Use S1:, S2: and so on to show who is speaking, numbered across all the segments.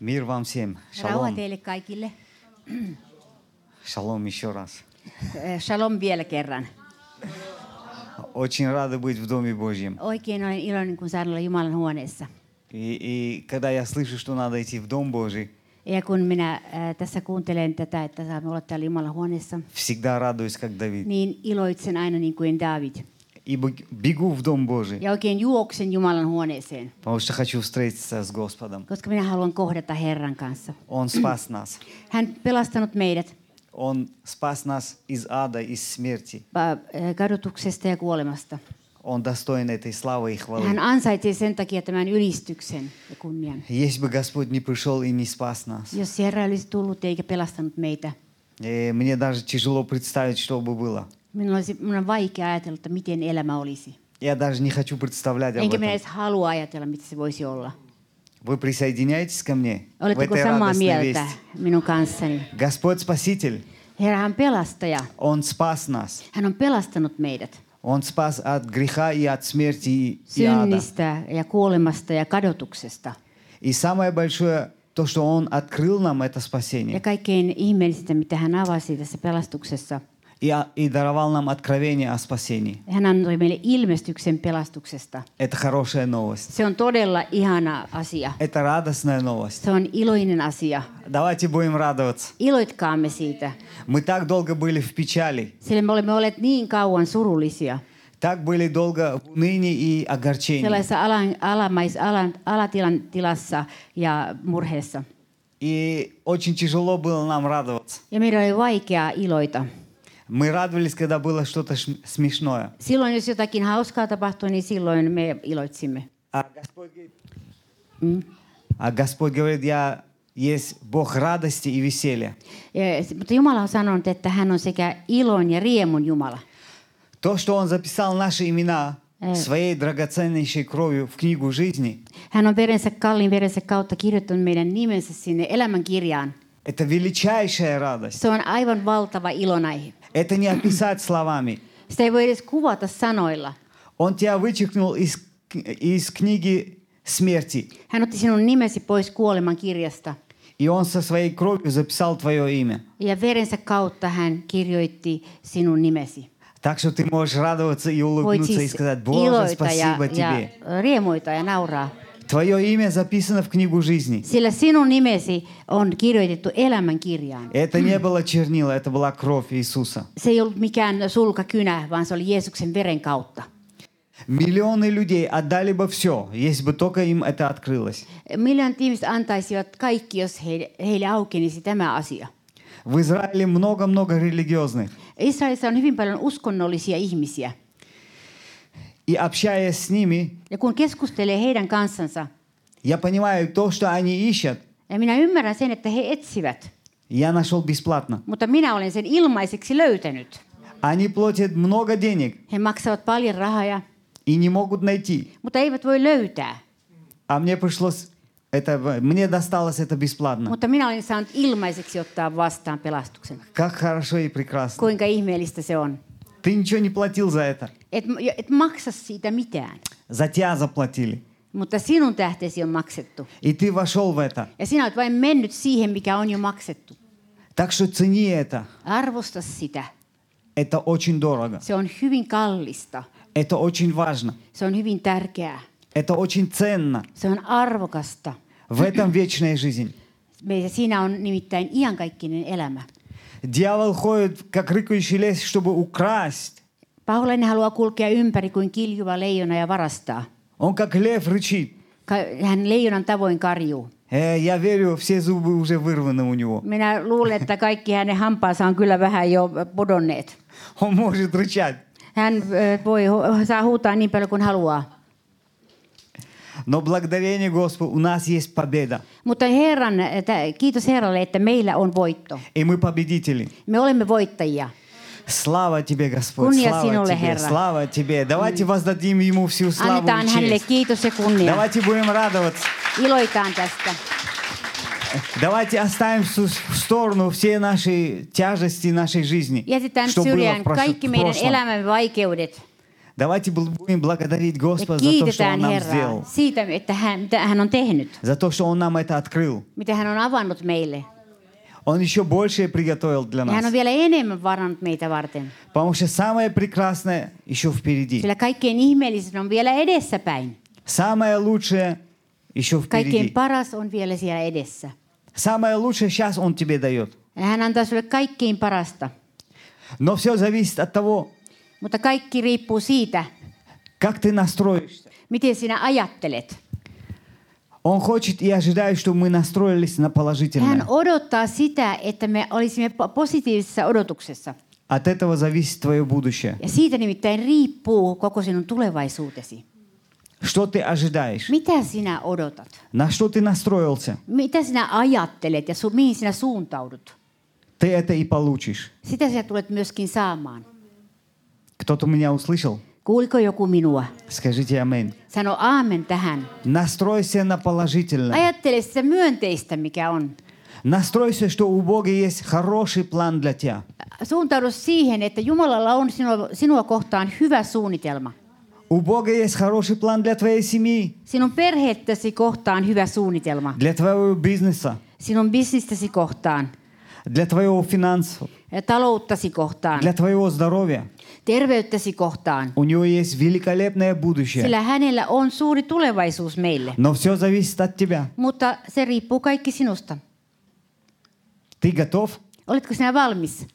S1: Мир вам всем.
S2: Rauha
S1: Шалом.
S2: teille kaikille.
S1: Шалом еще раз.
S2: Ö, Eh, Shalom vielä kerran.
S1: Очень рады быть в Доме Божьем.
S2: Oikein olen iloinen, kun saan olla Jumalan huoneessa.
S1: И, и когда я слышу, что надо идти в Дом Божий,
S2: Ja kun minä ö, tässä kuuntelen tätä, että saamme olla täällä Jumalan huoneessa,
S1: всегда радуюсь, как Давид.
S2: niin iloitsen aina niin kuin David.
S1: И бег- бегу в Дом Божий,
S2: Ja oikein juoksen Jumalan huoneeseen,
S1: потому что хочу встретиться с Господом.
S2: koska minä haluan kohdata Herran kanssa.
S1: Он спас нас.
S2: Hän pelastanut meidät
S1: Он спас нас из ада, из смерти.
S2: ö, eh, kadotuksesta ja kuolemasta.
S1: Он достоин этой славы и хвалы.
S2: Hän ansaitsee sen takia tämän ylistyksen ja kunnian.
S1: Если бы Господь не пришел и не спас нас,
S2: Jos Herra ei olisi tullut eikä pelastanut meitä,
S1: э, мне даже тяжело представить, что бы было.
S2: minun, olisi, minun on vaikea ajatella, että miten elämä olisi.
S1: Я даже не хочу представлять об
S2: Enkä minä
S1: этом.
S2: edes halua ajatella, mitä se voisi olla.
S1: Вы присоединяетесь ко мне в
S2: Oletteko
S1: этой
S2: samaa
S1: радостной
S2: mieltä
S1: вести?
S2: minun kanssani?
S1: Господь Спаситель,
S2: Herra on pelastaja.
S1: Он спас нас.
S2: Hän on pelastanut meidät
S1: Он спас от греха и от смерти и- и ада.
S2: synnistä ja kuolemasta ja kadotuksesta.
S1: И самое большое, то, что Он открыл нам это
S2: Ja
S1: спасение
S2: kaikkein ihmeellisintä, mitä hän avasi tässä pelastuksessa,
S1: и, о- и даровал нам откровение о спасении.
S2: hän antoi meille ilmestyksen pelastuksesta.
S1: Это хорошая новость.
S2: Se on todella ihana asia.
S1: Это радостная новость.
S2: Se on iloinen asia.
S1: Давайте будем радоваться.
S2: Iloitkaamme siitä,
S1: Мы так долго были в печали,
S2: sillä me olemme olleet niin kauan surullisia.
S1: так были долго в унынии и огорчении.
S2: sellaisessa alan, alamais, alan, alatilan tilassa ja murheessa.
S1: И очень тяжело было нам радоваться.
S2: Ja meidän oli vaikeaa iloita.
S1: Мы радовались, когда было что-то шм- смешное.
S2: Silloin, jos jotakin hauskaa tapahtui, niin silloin me iloitsimme.
S1: А Господь, говорит- а Господь говорит, я есть Бог радости и веселья.
S2: Ja, s- mutta Jumala on sanonut, että hän on sekä ilon ja riemun Jumala.
S1: То, что Он записал наши имена
S2: Э.
S1: своей драгоценнейшей кровью в книгу жизни,
S2: Hän on verensä, kalliin verensä kautta kirjoittanut meidän nimensä sinne elämän kirjaan.
S1: это величайшая радость.
S2: Se on aivan valtava ilonaihe.
S1: Это не описать словами.
S2: Sitä ei voi edes kuvata sanoilla.
S1: Он тебя вычеркнул из, к- из книги смерти,
S2: Hän otti sinun nimesi pois kuoleman kirjasta.
S1: и Он со своей кровью записал твое имя.
S2: Ja verensä kautta hän kirjoitti sinun nimesi.
S1: Так что ты можешь радоваться и
S2: Voit
S1: улыбнуться и
S2: siis
S1: сказать, Боже,
S2: iloita ja,
S1: спасибо
S2: ja
S1: тебе.
S2: riemuita ja nauraa.
S1: Твое имя записано в книгу жизни.
S2: Sillä sinun nimesi on kirjoitettu elämän kirjaan.
S1: Это не было чернила, это была кровь Иисуса.
S2: Se ei ollut mikään sulkakynä, vaan se oli Jeesuksen veren kautta.
S1: Миллионы людей отдали бы все, если бы только им это открылось.
S2: Miljoonat ihmiset antaisivat kaikki, jos heille, heille aukenisi tämä asia.
S1: В Израиле много-много религиозных.
S2: Israelissa on hyvin paljon uskonnollisia ihmisiä.
S1: И общаясь с ними,
S2: Ja kun keskustelee heidän kanssansa,
S1: я понимаю, то, что они ищут,
S2: ja minä ymmärrän sen, että he etsivät,
S1: я нашел бесплатно.
S2: mutta minä olen sen ilmaiseksi löytänyt.
S1: Они платят много денег
S2: He maksavat paljon rahaa,
S1: и не могут найти.
S2: mutta eivät voi löytää.
S1: А мне пришлось, это, мне досталось это бесплатно.
S2: Mutta minä olen saanut ilmaiseksi ottaa vastaan pelastuksen.
S1: Как хорошо и прекрасно.
S2: Kuinka ihmeellistä se on.
S1: Ты ничего не платил за это.
S2: Et, et maksa siitä mitään,
S1: За тебя заплатили.
S2: mutta sinun tähteesi on maksettu.
S1: И ты вошел в это.
S2: Ja sinä olet vain mennyt siihen, mikä on jo maksettu.
S1: Так что цени это.
S2: Arvosta sitä.
S1: Это очень дорого.
S2: Se on hyvin kallista.
S1: Это очень важно.
S2: Se on hyvin tärkeää.
S1: Это очень ценно.
S2: Se on arvokasta.
S1: В этом вечная жизнь.
S2: Meillä siinä on nimittäin iankaikkinen elämä.
S1: Дьявол ходит, как рыкающий лес, чтобы украсть.
S2: Paholainen haluaa kulkea ympäri kuin kiljuva leijona ja varastaa.
S1: Он как лев рычит.
S2: Ka- Hän leijonan tavoin karjuu.
S1: Э, я верю, все зубы уже вырваны у него.
S2: Minä luulen, että kaikki hänen hampaansa on kyllä vähän jo pudonneet.
S1: Он может рычать.
S2: Hän ö, voi, hu- saa huutaa niin paljon kuin haluaa.
S1: Но благодарение Господу, у нас есть победа.
S2: Mutta Herran, että- kiitos Herralle, että meillä on voitto.
S1: И мы победители.
S2: Me olemme voittajia.
S1: Слава тебе, Господь.
S2: Кунья
S1: Слава
S2: синула,
S1: тебе,
S2: Херра.
S1: слава тебе. Давайте воздадим ему всю славу
S2: Annetaan
S1: и
S2: hänelle
S1: честь.
S2: kiitos ja kunnia.
S1: Давайте будем радоваться.
S2: Iloitaan tästä.
S1: Давайте оставим су- в сторону все наши тяжести нашей жизни,
S2: Jätetään
S1: что было
S2: syrjään
S1: в прош-
S2: kaikki
S1: в
S2: meidän
S1: прошлом.
S2: elämämme vaikeudet.
S1: Давайте бл- будем благодарить
S2: Ja
S1: Господа за то, что Он
S2: kiitetään
S1: нам
S2: Herraa
S1: сделал.
S2: siitä, että hän, mitä hän on tehnyt,
S1: За то, что Он нам это открыл.
S2: mitä hän on avannut meille.
S1: Он еще большее приготовил для
S2: Ja hän on
S1: нас.
S2: vielä enemmän varannut meitä varten.
S1: Потому что самое прекрасное еще впереди.
S2: Sillä kaikkein ihmeellisin on vielä edessäpäin.
S1: Самое лучшее еще
S2: Kaikkein
S1: впереди.
S2: paras on vielä siellä edessä.
S1: Самое лучшее сейчас Он тебе дает.
S2: Ja Hän antaa sulle kaikkein parasta.
S1: Но все зависит от того,
S2: Mutta kaikki riippuu siitä,
S1: как ты настроишься.
S2: miten sinä ajattelet.
S1: Он хочет и ожидает, чтобы мы настроились на
S2: Hän
S1: положительное.
S2: odottaa sitä, että me olisimme po- positiivisessa odotuksessa.
S1: От этого зависит твое будущее.
S2: Ja siitä nimittäin riippuu koko sinun tulevaisuutesi.
S1: Что ты ожидаешь?
S2: Mitä sinä odotat?
S1: На что ты настроился?
S2: Mitä sinä ajattelet ja su- mihin sinä suuntaudut?
S1: Ты это и получишь.
S2: Sitä sinä tulet myöskin saamaan.
S1: Кто-то меня услышал?
S2: Kuuliko joku minua?
S1: Скажите аминь.
S2: Sano aamen tähän.
S1: Настройся на положительное.
S2: Ajattele sitä myönteistä, mikä on.
S1: Настройся, что у Бога есть хороший план для тебя.
S2: Suuntaudu siihen, että Jumalalla on sinua, sinua kohtaan hyvä suunnitelma.
S1: У Бога есть хороший план для твоей семьи,
S2: Sinun perhettäsi kohtaan hyvä suunnitelma.
S1: для твоего бизнеса,
S2: Sinun bisnistäsi kohtaan.
S1: для твоего финансов,
S2: ja Talouttasi kohtaan.
S1: для твоего здоровья.
S2: Terveyttäsi kohtaan.
S1: У него есть великолепное будущее.
S2: Sillä hänellä on suuri tulevaisuus meille.
S1: Но все зависит от тебя.
S2: Mutta se riippuu kaikki sinusta.
S1: Ты готов?
S2: Oletko sinä valmis?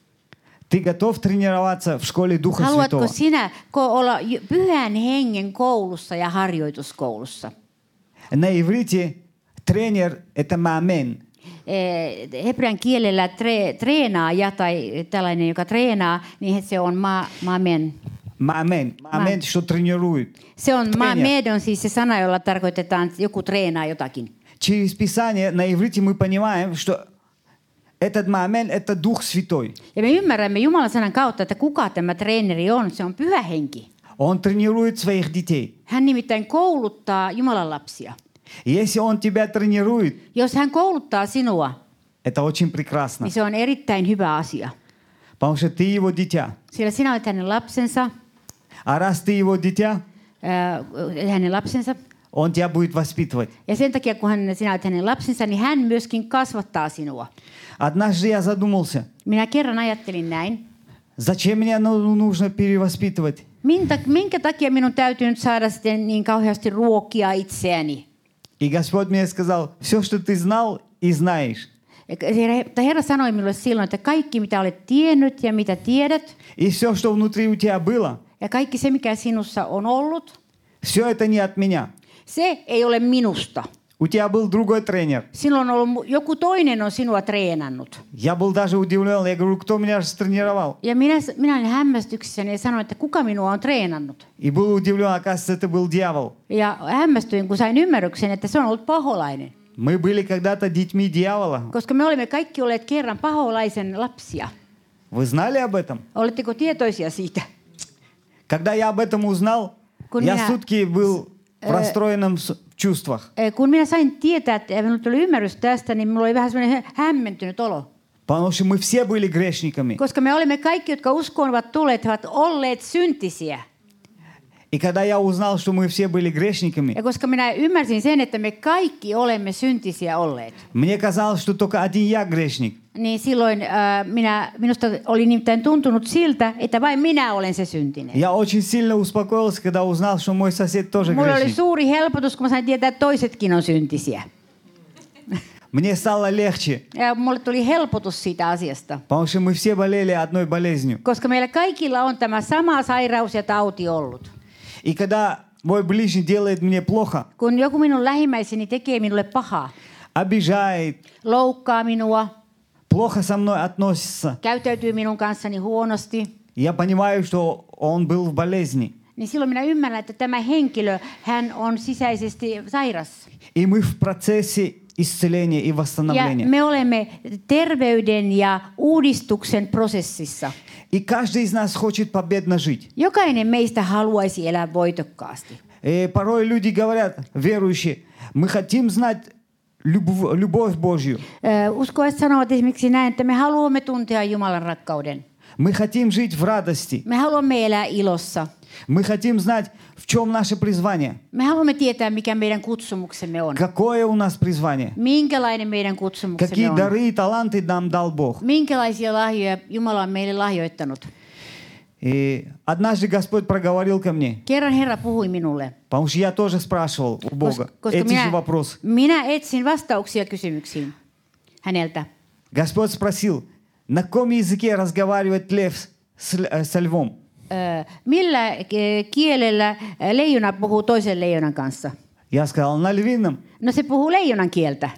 S1: Ты готов тренироваться в школе Духа
S2: Haluatko
S1: Святого?
S2: sinä ko- olla j- pyhän hengen koulussa ja harjoituskoulussa?
S1: На иврите тренер – это мамен.
S2: Eh, Hebrean kielellä tre, treenaaja tai tällainen, joka treenaa, niin se on ma, maamen.
S1: Мамен. Мамен, что тренирует.
S2: Se on
S1: Treenaaja.
S2: maamed on siis se sana, jolla tarkoitetaan, että joku treenaa jotakin.
S1: Через Писание на иврите мы понимаем, что этот мамен – это Дух Святой.
S2: Ja me ymmärrämme Jumalan sanan kautta, että kuka tämä treeneri on. Se on pyhä henki.
S1: Он тренирует своих детей.
S2: Hän nimittäin kouluttaa Jumalan lapsia.
S1: Если он тебя тренирует,
S2: Jos hän kouluttaa sinua,
S1: это очень прекрасно,
S2: niin se on erittäin hyvä asia.
S1: потому что ты его дитя.
S2: Sillä sinä olet hänen lapsensa,
S1: А раз ты его дитя,
S2: äh, hänen lapsensa.
S1: он тебя будет vоспитывать.
S2: Ja sen takia, kun hän, sinä olet hänen lapsensa, niin hän myöskin kasvattaa sinua.
S1: Однажды я задумался,
S2: Minä kerran ajattelin näin.
S1: зачем меня ну- нужно перевоспитывать?
S2: Minkä, minkä takia minun täytyy nyt saada sitten niin kauheasti ruokia itseäni?
S1: И Господь мне сказал, все, что ты знал и знаешь,
S2: Tai Herra sanoi minulle silloin, että kaikki mitä olet tiennyt ja mitä tiedät,
S1: и все, что внутри у тебя было,
S2: ja kaikki se mikä sinussa on ollut,
S1: все это не от меня.
S2: se ei ole minusta.
S1: У тебя был другой тренер.
S2: Silloin on ollut, mu- joku toinen on sinua treenannut.
S1: Я был даже удивлен. Я говорю, кто меня же тренировал?
S2: Ja minä, minä olin hämmästyksessäni ja sanoin, että kuka minua on treenannut.
S1: И был удивлен, оказывается, это был дьявол.
S2: Ja hämmästyin, kun sain ymmärryksen, että se on ollut paholainen.
S1: Мы были когда-то детьми дьявола.
S2: Koska me olimme kaikki olleet kerran paholaisen lapsia.
S1: Вы знали об этом?
S2: Oletteko tietoisia siitä?
S1: Когда я об этом узнал,
S2: Куня.
S1: я сутки был в расстроенном с- э, в чувствах.
S2: Eh, Kun minä sain tietää, että ja minulla tuli ymmärrys tästä, niin minulla oli vähän semmoinen hä- hämmentynyt olo.
S1: Потому что мы все были грешниками.
S2: Koska me olemme kaikki, jotka uskoon ovat tulleet, ovat olleet syntisiä.
S1: И когда я узнал, что мы все были грешниками,
S2: Ja koska minä ymmärsin sen, että me kaikki olemme syntisiä olleet,
S1: мне казалось, что только один я грешник.
S2: niin silloin äh, minä, minusta oli nimittäin tuntunut siltä, että vain minä olen se syntinen.
S1: Я очень сильно успокоился, когда узнал, что мой сосед тоже
S2: Mulla oli
S1: грешник.
S2: suuri helpotus, kun mä sain tietää, että toisetkin on syntisiä.
S1: Мне стало легче,
S2: Ja mulle tuli helpotus siitä asiasta.
S1: потому что мы все болели одной болезнью.
S2: Koska meillä kaikilla on tämä sama sairaus ja tauti ollut.
S1: И когда мой ближний делает мне плохо,
S2: Kun joku minun lähimmäiseni tekee minulle pahaa,
S1: обижает,
S2: loukkaa minua,
S1: плохо со мной относится,
S2: käyttäytyy minun kanssani huonosti,
S1: я понимаю, что он был в болезни.
S2: niin silloin minä ymmärrän, että tämä henkilö, hän on sisäisesti sairas.
S1: И мы в процессе исцеления и
S2: Ja
S1: восстановления.
S2: me olemme terveyden ja uudistuksen prosessissa.
S1: И каждый из нас хочет победно жить.
S2: Jokainen meistä haluaisi elää voitokkaasti.
S1: И порой люди говорят, верующие, мы хотим знать любов- любовь Божью,
S2: Ö, Uskoessa sanovat esimerkiksi näin, että me haluamme tuntea Jumalan rakkauden.
S1: Мы хотим жить в радости.
S2: Me haluamme elää ilossa.
S1: Мы хотим знать, в чем наше призвание.
S2: Me haluamme tietää, mikä meidän kutsumuksemme on.
S1: Какое у нас призвание.
S2: Minkälainen meidän kutsumuksemme
S1: Какие
S2: on.
S1: дары и таланты нам дал Бог.
S2: Minkälaisia lahjoja Jumala on meille lahjoittanut.
S1: И однажды Господь проговорил ко мне,
S2: Kerran Herra puhui minulle.
S1: потому что я тоже спрашивал у Бога эти же
S2: minä,
S1: вопросы.
S2: minä etsin vastauksia kysymyksiin häneltä.
S1: Господь спросил, на каком языке разговаривает лев с- с, л- э, со львом?
S2: Ö, millä eh, kielellä eh, leijona puhuu toisen leijonan kanssa?
S1: Я сказал, на львином.
S2: No se puhuu leijonan kieltä.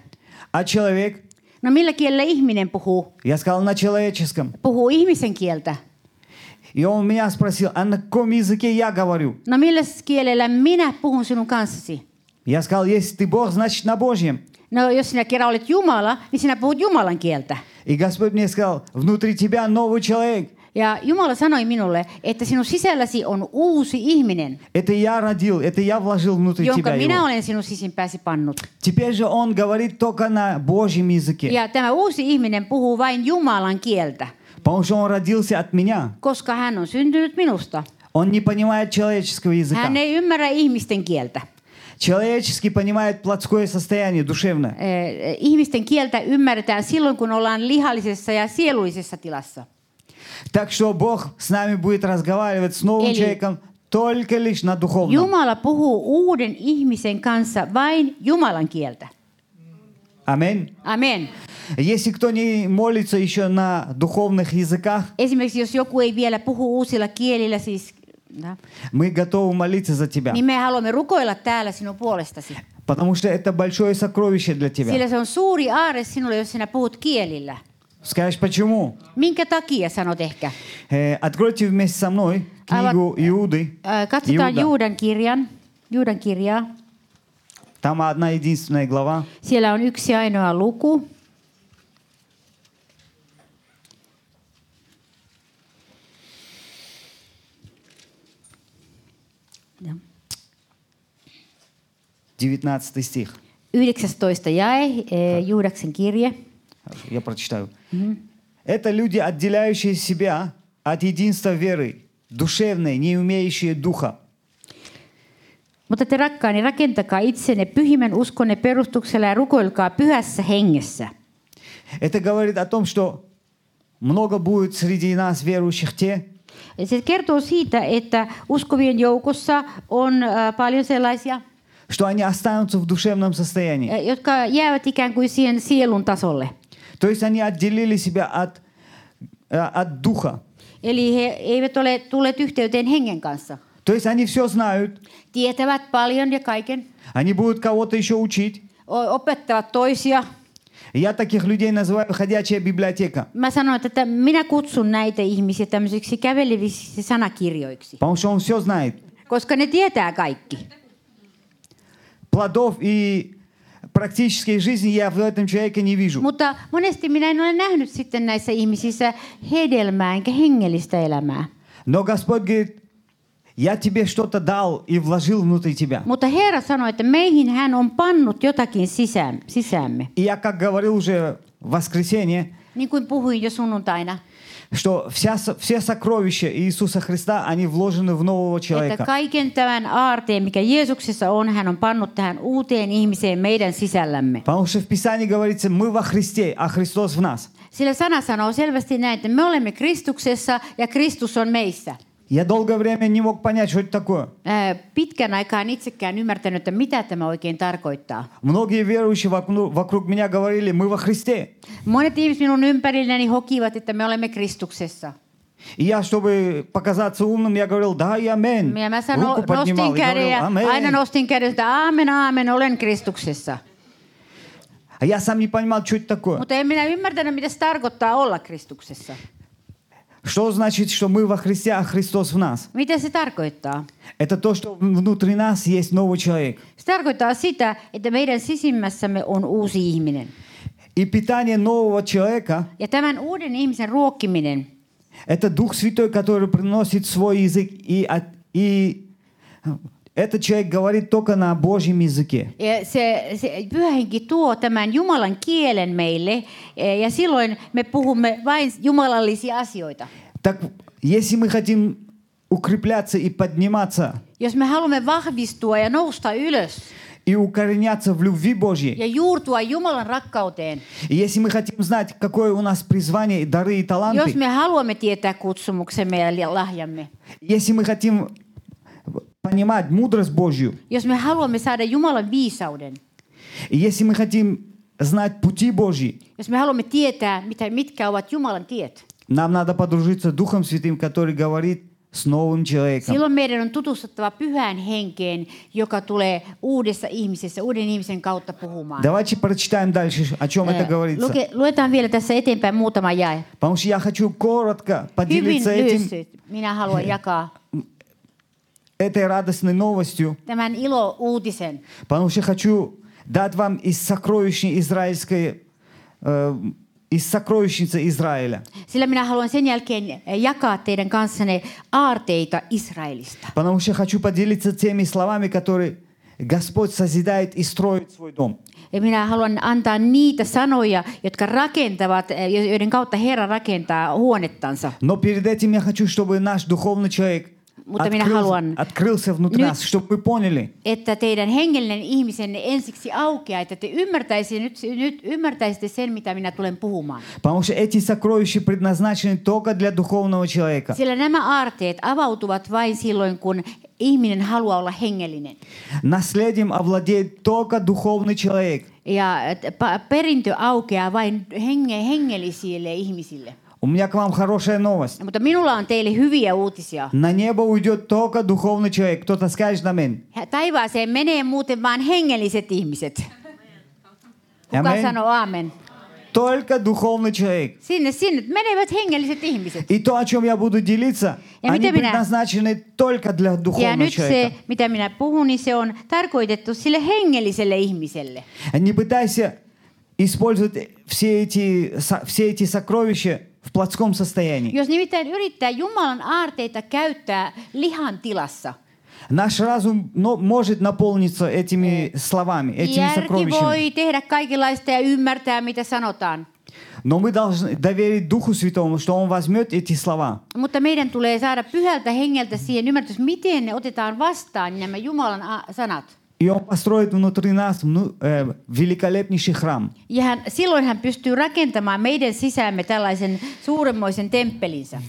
S1: А человек?
S2: No millä kielellä ihminen puhuu?
S1: Я сказал, на человеческом.
S2: Puhuu ihmisen kieltä.
S1: И он меня спросил, а на каком языке я говорю?
S2: No millä kielellä minä puhun sinun kanssasi?
S1: Я сказал, если ты Бог, значит на Божьем.
S2: No jos sinä kerran olet Jumala, niin sinä puhut Jumalan kieltä.
S1: И Господь мне сказал, внутри тебя новый человек.
S2: Ja Jumala sanoi minulle, että sinun sisälläsi on uusi ihminen,
S1: Это я родил, это я вложил внутри
S2: jonka
S1: тебя
S2: minä
S1: его.
S2: olen sinun sisimpääsi pannut.
S1: Теперь же он говорит только на Божьем языке,
S2: Ja tämä uusi ihminen puhuu vain Jumalan kieltä,
S1: потому что он родился от меня.
S2: koska hän on syntynyt minusta.
S1: Он не понимает человеческого языка.
S2: Hän ei ymmärrä ihmisten kieltä.
S1: Человеческий понимает плотское состояние, душевное.
S2: Eh, Ihmisten kieltä ymmärretään silloin, kun ollaan lihallisessa ja sielullisessa tilassa.
S1: Так что Бог с нами будет разговаривать с новым
S2: Или-
S1: человеком только лишь на духовном.
S2: Jumala puhuu uuden ihmisen kanssa vain Jumalan kieltä.
S1: Аминь.
S2: Amen.
S1: Если кто не молится еще на духовных языках,
S2: Esimerkiksi jos joku ei vielä puhu uusilla kielillä, siis, no,
S1: мы готовы молиться за тебя,
S2: niin me haluamme rukoilla täällä sinun puolestasi.
S1: потому что это большое сокровище для тебя.
S2: Sillä se on suuri aare sinulle, jos sinä puhut kielillä.
S1: Скажешь, почему?
S2: Minkä takia sanot ehkä?
S1: Э, Откройте вместе со мной
S2: А
S1: книгу Иуды.
S2: Äh, Katsotaan
S1: Juuda.
S2: Juudan kirjan, Juudan kirjaa.
S1: Там одна единственная глава.
S2: Siellä on yksi ainoa luku. Ja.
S1: 19 стих.
S2: 19 jae, eh, Juudaksen kirje.
S1: Я прочитаю. Это люди, отделяющие себя от единства веры, душевные, не умеющие духа.
S2: Mutta te rakkaani, rakentakaa itsenne pyhimmän uskonne perustuksella ja rukoilkaa pyhässä hengessä.
S1: Это говорит о том, что много будет среди нас верующих те,
S2: Ja Se kertoo siitä, että uskovien joukossa on äh, paljon sellaisia,
S1: что они останутся в душевном состоянии.
S2: äh, jotka jäävät ikään kuin siihen sielun tasolle.
S1: То есть они отделили себя от, э, от духа.
S2: Eli he eivät ole tulleet yhteyteen hengen kanssa.
S1: То есть они все знают,
S2: Tietävät paljon ja kaiken,
S1: они будут кого-то еще учить.
S2: o- opettavat toisia.
S1: Я таких людей называю ходячая библиотека.
S2: Mä sanon, että tä- minä kutsun näitä ihmisiä tämmöisiksi käveleviksi sanakirjoiksi,
S1: Потому что он все знает.
S2: koska ne tietää kaikki.
S1: Плодов и практической жизни я в этом человеке не вижу.
S2: Mutta monesti minä en ole nähnyt sitten näissä ihmisissä hedelmää enkä hengellistä elämää.
S1: Но Господь говорит, я тебе что-то дал и вложил внутри тебя.
S2: Mutta Herra sanoi, että meihin hän on pannut jotakin sisään, sisäämme.
S1: И я, как говорил уже в воскресенье,
S2: Niin kuin puhuin jo sunnuntaina,
S1: что вся, со- все сокровища Иисуса Христа, они вложены в нового
S2: että
S1: человека.
S2: kaiken tämän aarteen, mikä Jeesuksessa on, hän on pannut tähän uuteen ihmiseen meidän sisällämme.
S1: Потому что в Писании говорится, мы во Христе, а Христос в нас.
S2: Sillä sana sanoo selvästi näin, että me olemme Kristuksessa ja Kristus on meissä.
S1: Я долгое время не мог понять, что это такое.
S2: Ää, Pitkän aikaan itsekään ymmärtänyt, että mitä tämä oikein tarkoittaa.
S1: Многие верующие вокруг, вокруг меня говорили, мы во Христе.
S2: Monet ihmiset minun ympärilläni hokivat, että me olemme Kristuksessa.
S1: И я, чтобы показаться умным, я говорил, да, и аминь.
S2: Ja mä
S1: Руку
S2: sanon,
S1: поднимал
S2: nostin
S1: и говорил,
S2: käden ja
S1: «Аминь».
S2: aina nostin käden, että aamen, aamen, olen Kristuksessa.
S1: А я сам не понимал, что это такое.
S2: Mutta en minä ymmärtänyt, mitä se tarkoittaa olla Kristuksessa.
S1: Что значит, что мы во Христе, а Христос в нас?
S2: Mitä se tarkoittaa?
S1: Это то, что внутри нас есть новый человек.
S2: Se tarkoittaa sitä, että meidän sisimmässämme on uusi ihminen.
S1: И питание нового человека
S2: Ja tämän uuden ihmisen ruokkiminen
S1: – это Дух Святой, который приносит свой язык. И, от- и этот человек говорит только на Божьем языке.
S2: Ja se, se pyhähenki tuo tämän e, Jumalan kielen meille eh, ja silloin me puhumme vain jumalallisia asioita.
S1: Так если мы хотим укрепляться и подниматься
S2: Jos me haluamme vahvistua ja nousta ylös
S1: и укореняться в любви Божьей,
S2: ja juurtua Jumalan rakkauteen,
S1: и если мы хотим знать, какое у нас призвание, и дары и
S2: jos
S1: таланты,
S2: me haluamme tietää kutsumuksemme ja li- lahjamme,
S1: если мы хотим понимать мудрость Божью,
S2: jos me haluamme saada Jumalan viisauden,
S1: и если мы хотим знать пути Божьи,
S2: jos me haluamme tietää, mitä, mitkä ovat Jumalan tiet,
S1: нам надо подружиться с Духом Святым, который говорит с новым человеком.
S2: silloin meidän on tutustuttava pyhään henkeen, joka tulee uudessa ihmisessä, uuden ihmisen kautta puhumaan.
S1: Давайте прочитаем дальше, о чем это
S2: Ää,
S1: говорится.
S2: Luke, luetaan vielä tässä eteenpäin muutama jae.
S1: Потому что я хочу коротко
S2: Hyvin
S1: поделиться этим,
S2: lyhyesti minä haluan jakaa
S1: этой радостной новостью,
S2: tämän ilo-uutisen.
S1: потому что хочу дать вам из сокровищни израильской, э, из сокровищницы Израиля.
S2: Sillä minä haluan sen jälkeen jakaa teidän kanssanne aarteita Israelista.
S1: Потому что хочу поделиться теми словами, которые Господь созидает и строит свой дом.
S2: Ja minä haluan antaa niitä sanoja, jotka rakentavat, jo- joiden kautta Herra rakentaa huonettansa.
S1: Но перед этим я хочу, чтобы наш духовный человек
S2: Вот именно
S1: открылся-
S2: Халуан.
S1: открылся внутри
S2: Нет.
S1: нас, чтобы вы поняли,
S2: Että teidän hengellinen ihmisenne ensiksi aukeaa, että te ymmärtäisitte nyt, nyt ymmärtäisitte sen, mitä minä tulen puhumaan.
S1: потому что эти сокровища предназначены только для духовного человека.
S2: Sillä nämä aarteet avautuvat vain silloin, kun ihminen haluaa olla hengellinen.
S1: Наследием овладеет только духовный человек.
S2: Ja et, pa- perintö aukeaa vain henge, hengellisille ihmisille.
S1: У меня к вам хорошая новость.
S2: Mutta minulla on teille hyviä uutisia.
S1: На небо уйдет только духовный человек. Кто-то скажет аминь.
S2: Taivaaseen menee muuten vain hengelliset ihmiset. Kuka
S1: Amen.
S2: sanoo aamen?
S1: Только духовный человек.
S2: Sinne, sinne menevät hengelliset ihmiset.
S1: И то, о чем я буду делиться,
S2: Ja
S1: они
S2: mitä minä-
S1: предназначены только для
S2: Ja
S1: духовного
S2: nyt se,
S1: человека.
S2: mitä minä puhun, niin se on tarkoitettu sille hengelliselle ihmiselle.
S1: Не пытайся использовать все эти, со- все эти сокровища в плотском состоянии.
S2: Jos nimittäin yrittää Jumalan aarteita käyttää lihan tilassa,
S1: Наш разум но, может наполниться этими словами, этими
S2: järki
S1: сокровищами.
S2: voi tehdä kaikenlaista ja ymmärtää, mitä sanotaan.
S1: Но мы должны доверить Духу Святому, что Он возьмет эти слова
S2: Mutta meidän tulee saada pyhältä hengeltä siihen ymmärtys, miten ne otetaan vastaan nämä Jumalan a- sanat.
S1: И он построит внутри нас ну, э, великолепнейший храм.
S2: Ja hän, silloin hän pystyy rakentamaan meidän sisäämme tällaisen suuremmoisen temppelinsä.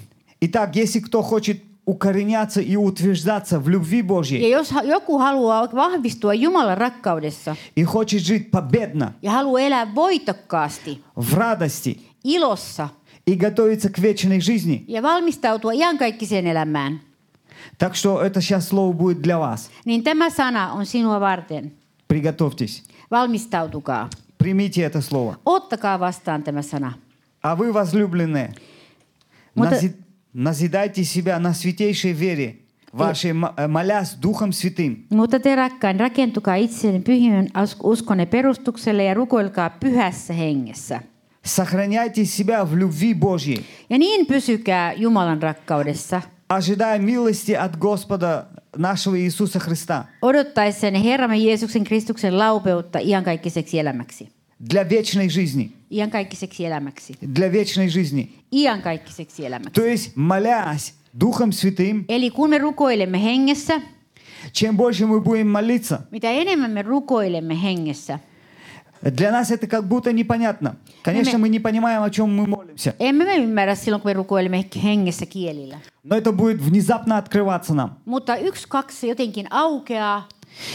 S1: Итак, если кто хочет укореняться и утверждаться в любви
S2: Ja
S1: Божьей
S2: jos ha- joku haluaa vahvistua Jumalan rakkaudessa
S1: и хочет жить победно,
S2: ja haluaa elää voitokkaasti,
S1: в радости
S2: ilossa
S1: и готовиться к вечной жизни,
S2: ja valmistautua iankaikkiseen elämään,
S1: так что это сейчас слово будет для вас.
S2: niin tämä sana on sinua varten.
S1: Приготовьтесь,
S2: Valmistautukaa.
S1: примите это слово.
S2: Ottakaa vastaan tämä sana.
S1: А вы, возлюбленные,
S2: Вот э-
S1: нази- назидайте себя на святейшей вере, вашей, мо- э, молясь Духом Святым.
S2: Mutta te rakkain, rakentukaa itsenne pyhimän as- uskonne perustukselle ja rukoilkaa pyhässä hengessä.
S1: Сохраняйте себя в любви Божьей.
S2: Ja niin pysykää Jumalan rakkaudessa,
S1: ожидая милости от Господа нашего Иисуса Христа
S2: odottaessenne Herramme Jeesuksen Kristuksen laupeutta iankaikkisiksi elämäksi.
S1: для вечной жизни,
S2: Iankaikkisiksi elämäksi.
S1: для вечной жизни.
S2: Iankaikkisiksi elämäksi.
S1: То есть, молясь Духом Святым,
S2: Eli kun me rukoilemme hengessä,
S1: чем больше мы будем молиться,
S2: mitä enemmän me rukoilemme hengessä,
S1: для нас это как будто непонятно. Конечно, мы не понимаем, о чем мы молимся,
S2: emme me ymmärrä silloin, kun me rukoilemme hengessä kielillä.
S1: но это будет внезапно открываться нам.
S2: Mutta yksi, kaksi se jotenkin aukeaa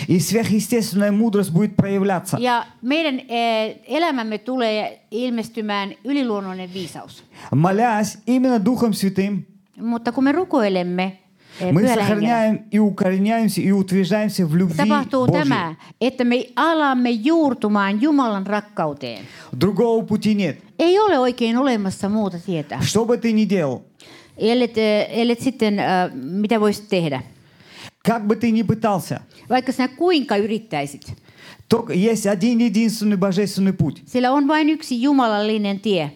S1: И сверхъестественная мудрость будет проявляться.
S2: ja meidän eh, elämämme tulee ilmestymään yliluonnollinen viisaus.
S1: Молясь именно Духом Святым,
S2: Mutta kun me rukoilemme eh,
S1: мы
S2: pyhällä hengellä,
S1: сохраняем и укореняемся и утверждаемся в любви
S2: tapahtuu
S1: Божьей.
S2: tämä, että me alamme juurtumaan Jumalan rakkauteen.
S1: Другого пути нет.
S2: Ei ole oikein olemassa muuta tietä,
S1: Что бы ты ни делал,
S2: ellet, eh, ellet sitten, äh, mitä voisit tehdä.
S1: Как бы ты ни пытался,
S2: Vaikka sinä kuinka yrittäisit,
S1: только есть один единственный божественный путь.
S2: sillä on vain yksi jumalallinen tie,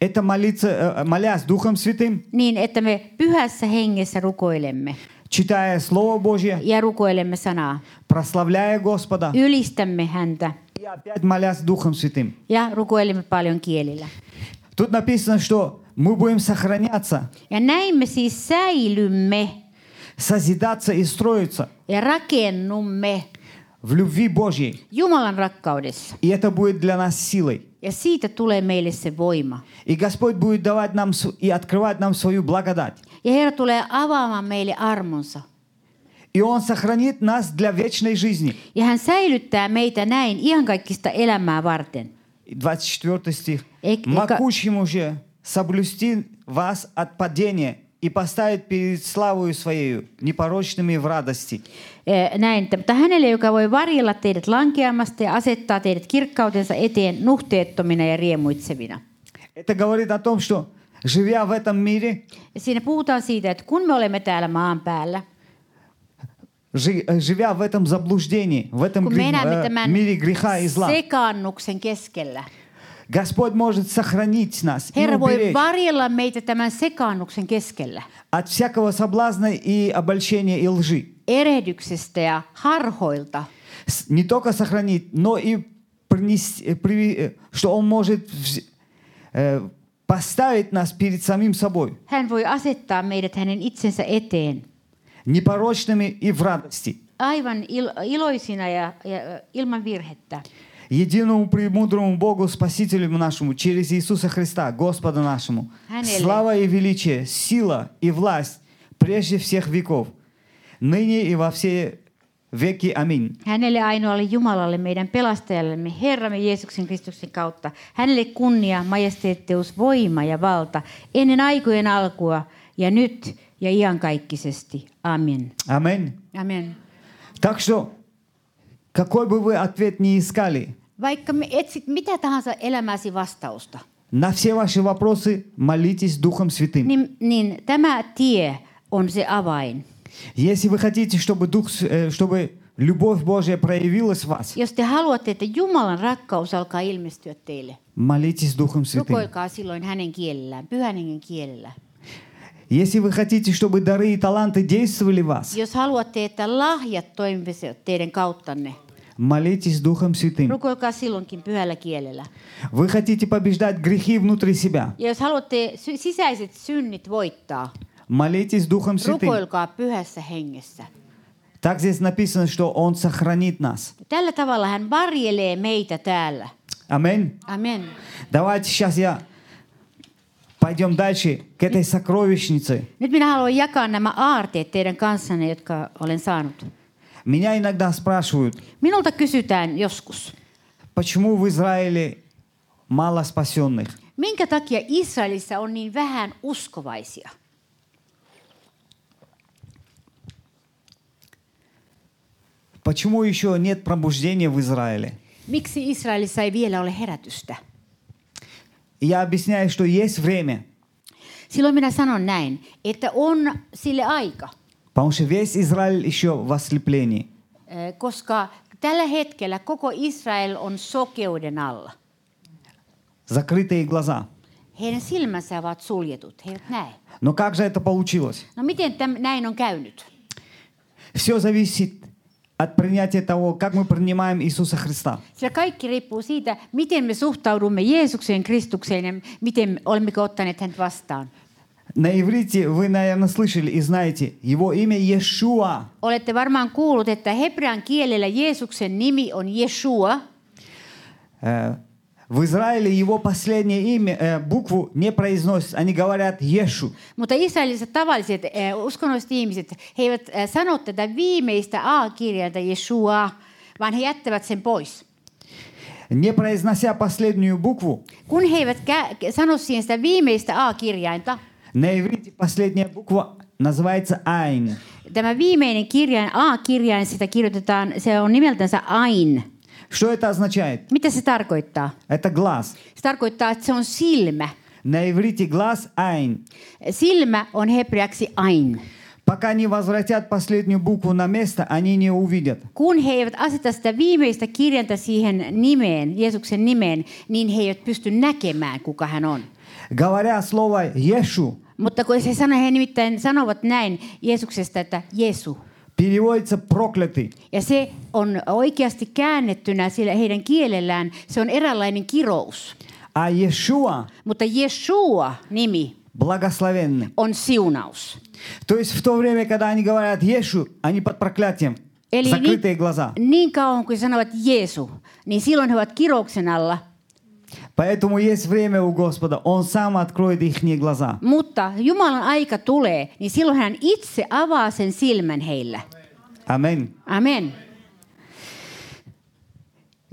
S1: Это молиться, э, молясь Духом Святым,
S2: niin että me pyhässä hengessä rukoilemme
S1: читая Слово Божье,
S2: ja rukoilemme sanaa.
S1: прославляя Господа
S2: Ylistämme häntä
S1: и опять молясь Духом Святым.
S2: ja rukoilemme paljon kielillä.
S1: Тут написано, что мы будем сохраняться,
S2: Ja näin me siis säilymme
S1: созидаться и строиться
S2: ja rakennumme
S1: в любви Божьей.
S2: Jumalan rakkaudessa.
S1: И это будет для нас силой.
S2: Ja siitä tulee meille se voima.
S1: И Господь будет давать нам с- и открывать нам свою благодать.
S2: Ja Herra tulee avaamaan meille armonsa.
S1: И Он сохранит нас для вечной жизни.
S2: Ja hän säilyttää meitä näin ihan kaikista elämää varten.
S1: И 24 стих.
S2: Эк- эка-
S1: «Могущему же соблюсти вас от падения и поставить перед славою Своею, непорочными в радости».
S2: Eh, Näin, että, mutta hänelle, joka voi varjella teidät lankeamasta ja asettaa teidät kirkkautensa eteen nuhteettomina ja riemuitsevina.
S1: Это говорит о том, что живя в этом мире,
S2: Ja siinä puhutaan siitä, että kun me olemme täällä maan päällä,
S1: жи- э, живя в этом заблуждении, в этом
S2: kun
S1: гри-
S2: me elämme
S1: э,
S2: tämän
S1: мире греха и зла,
S2: sekaannuksen keskellä,
S1: Господь может сохранить нас и
S2: Herra voi
S1: уберечь
S2: varjella meitä tämän sekaannuksen keskellä,
S1: от всякого соблазна и обольщения и лжи.
S2: erehdyksestä ja harhoilta.
S1: С- Не только сохранить, но и принести, э, приви- э, что Он может вз- э, поставить нас перед самим собой,
S2: Hän voi asettaa meidät hänen itsensä eteen
S1: непорочными и в радости,
S2: aivan il- iloisina ja, ja äh, ilman virhettä.
S1: единому премудрому Богу, Спасителю нашему, через Иисуса Христа, Господа нашему,
S2: Аллилуйя.
S1: слава и величие, сила и власть прежде всех веков, ныне и во все веки. Аминь.
S2: Hänelle ainoalle Jumalalle, meidän pelastajallemme, Herramme Jeesuksen Kristuksen kautta. Hänelle kunnia, majesteetteus, voima ja valta ennen aikojen alkua ja nyt ja iankaikkisesti. Amen.
S1: Аминь.
S2: Amen.
S1: Так что, какой бы вы ответ ни искали,
S2: Vaikka me etsit mitä tahansa elämäsi vastausta,
S1: на все ваши вопросы молитесь Духом Святым.
S2: niin, niin tämä tie on se avain.
S1: Если вы хотите, чтобы, Дух, С- э, чтобы любовь Божья проявилась в вас,
S2: Jos te haluatte, että Jumalan rakkaus alkaa ilmestyä teille,
S1: молитесь Духом Святым.
S2: rukoilkaa silloin hänen kielellään, pyhän hengen kielellä.
S1: Если вы хотите, чтобы дары и таланты действовали в вас,
S2: Jos haluatte, että lahjat toimisivat teidän kauttanne,
S1: Молитесь Духом Святым.
S2: rukoilkaa silloinkin pyhällä kielellä.
S1: Вы хотите побеждать грехи внутри себя.
S2: Ja jos haluatte sy- sisäiset synnit voittaa,
S1: Молитесь Духом Святым.
S2: rukoilkaa pyhässä hengessä.
S1: Так здесь написано, что Он сохранит нас.
S2: Tällä tavalla hän varjelee meitä täällä.
S1: Аминь.
S2: Amen.
S1: Давайте сейчас я пойдем дальше к этой сокровищнице.
S2: Nyt minä haluan jakaa nämä aarteet teidän kanssanne, jotka olen saanut.
S1: Меня иногда спрашивают,
S2: Minulta kysytään joskus,
S1: почему в Израиле мало спасенных?
S2: minkä takia Israelissa on niin vähän uskovaisia?
S1: Почему еще нет пробуждения в Израиле?
S2: Miksi Israelissa ei vielä ole herätystä?
S1: И Я объясняю, что есть время,
S2: Silloin minä sanon näin, että on sille aika,
S1: потому что весь Израиль еще в ослеплении.
S2: eh, koska tällä hetkellä koko Israel on sokeuden alla.
S1: Закрытые глаза.
S2: Heidän silmänsä ovat suljetut, he eivät näe.
S1: Но как же это получилось?
S2: No miten täm, näin on käynyt?
S1: Все зависит от принятия того, как мы принимаем Иисуса Христа.
S2: Sillä kaikki riippuu siitä, miten me suhtaudumme Jeesukseen Kristukseen ja miten olemmeko ottaneet hänet vastaan.
S1: На иврите вы, наверное, слышали и знаете, его имя Иешуа.
S2: Olette varmaan kuullut, että hebrean kielellä Jeesuksen nimi on Jeshua.
S1: Э, В Израиле его последнее имя, э, букву не произносят. Они говорят Ешу.
S2: Mutta Israelissa tavalliset eh, uskonnolliset ihmiset, he eivät eh, sano tätä viimeistä A-kirjainta Jeshua, vaan he jättävät sen pois.
S1: Не произнося последнюю букву,
S2: Kun he eivät kä- sano siihen sitä viimeistä A-kirjainta,
S1: на иврите последняя буква называется Айн.
S2: tämä viimeinen kirjain, A-kirjain, sitä kirjoitetaan, se on nimeltänsä Ain.
S1: Что это означает?
S2: Mitä se tarkoittaa?
S1: Это глаз.
S2: Se tarkoittaa, että se on silmä.
S1: На иврите глаз Айн.
S2: Silmä on hebreaksi Ain.
S1: Пока не возвратят последнюю букву на место, они не увидят.
S2: Kun he eivät aseta sitä viimeistä kirjainta siihen nimeen, Jeesuksen nimeen, niin he eivät pysty näkemään, kuka hän on.
S1: Говоря слово Ешу,
S2: Mutta kun se sanoo, he nimittäin sanovat näin Jeesuksesta, että Jeesu.
S1: переводится проклятый.
S2: Ja se on oikeasti käännettynä sillä heidän kielellään, se on eräänlainen kirous.
S1: А Иешуа
S2: Mutta Jeshua-nimi
S1: благословенный.
S2: on siunaus.
S1: То есть в то время, когда они говорят Ешу, они под проклятием.
S2: Eli
S1: закрытые
S2: ni-
S1: глаза.
S2: niin kauan kuin sanovat Jeesu, niin silloin he ovat kirouksen alla.
S1: Поэтому есть время у Господа. Он сам откроет их глаза.
S2: Mutta Jumalan aika tulee, niin silloin hän itse avaa sen silmän heillä.
S1: Аминь.
S2: Amen.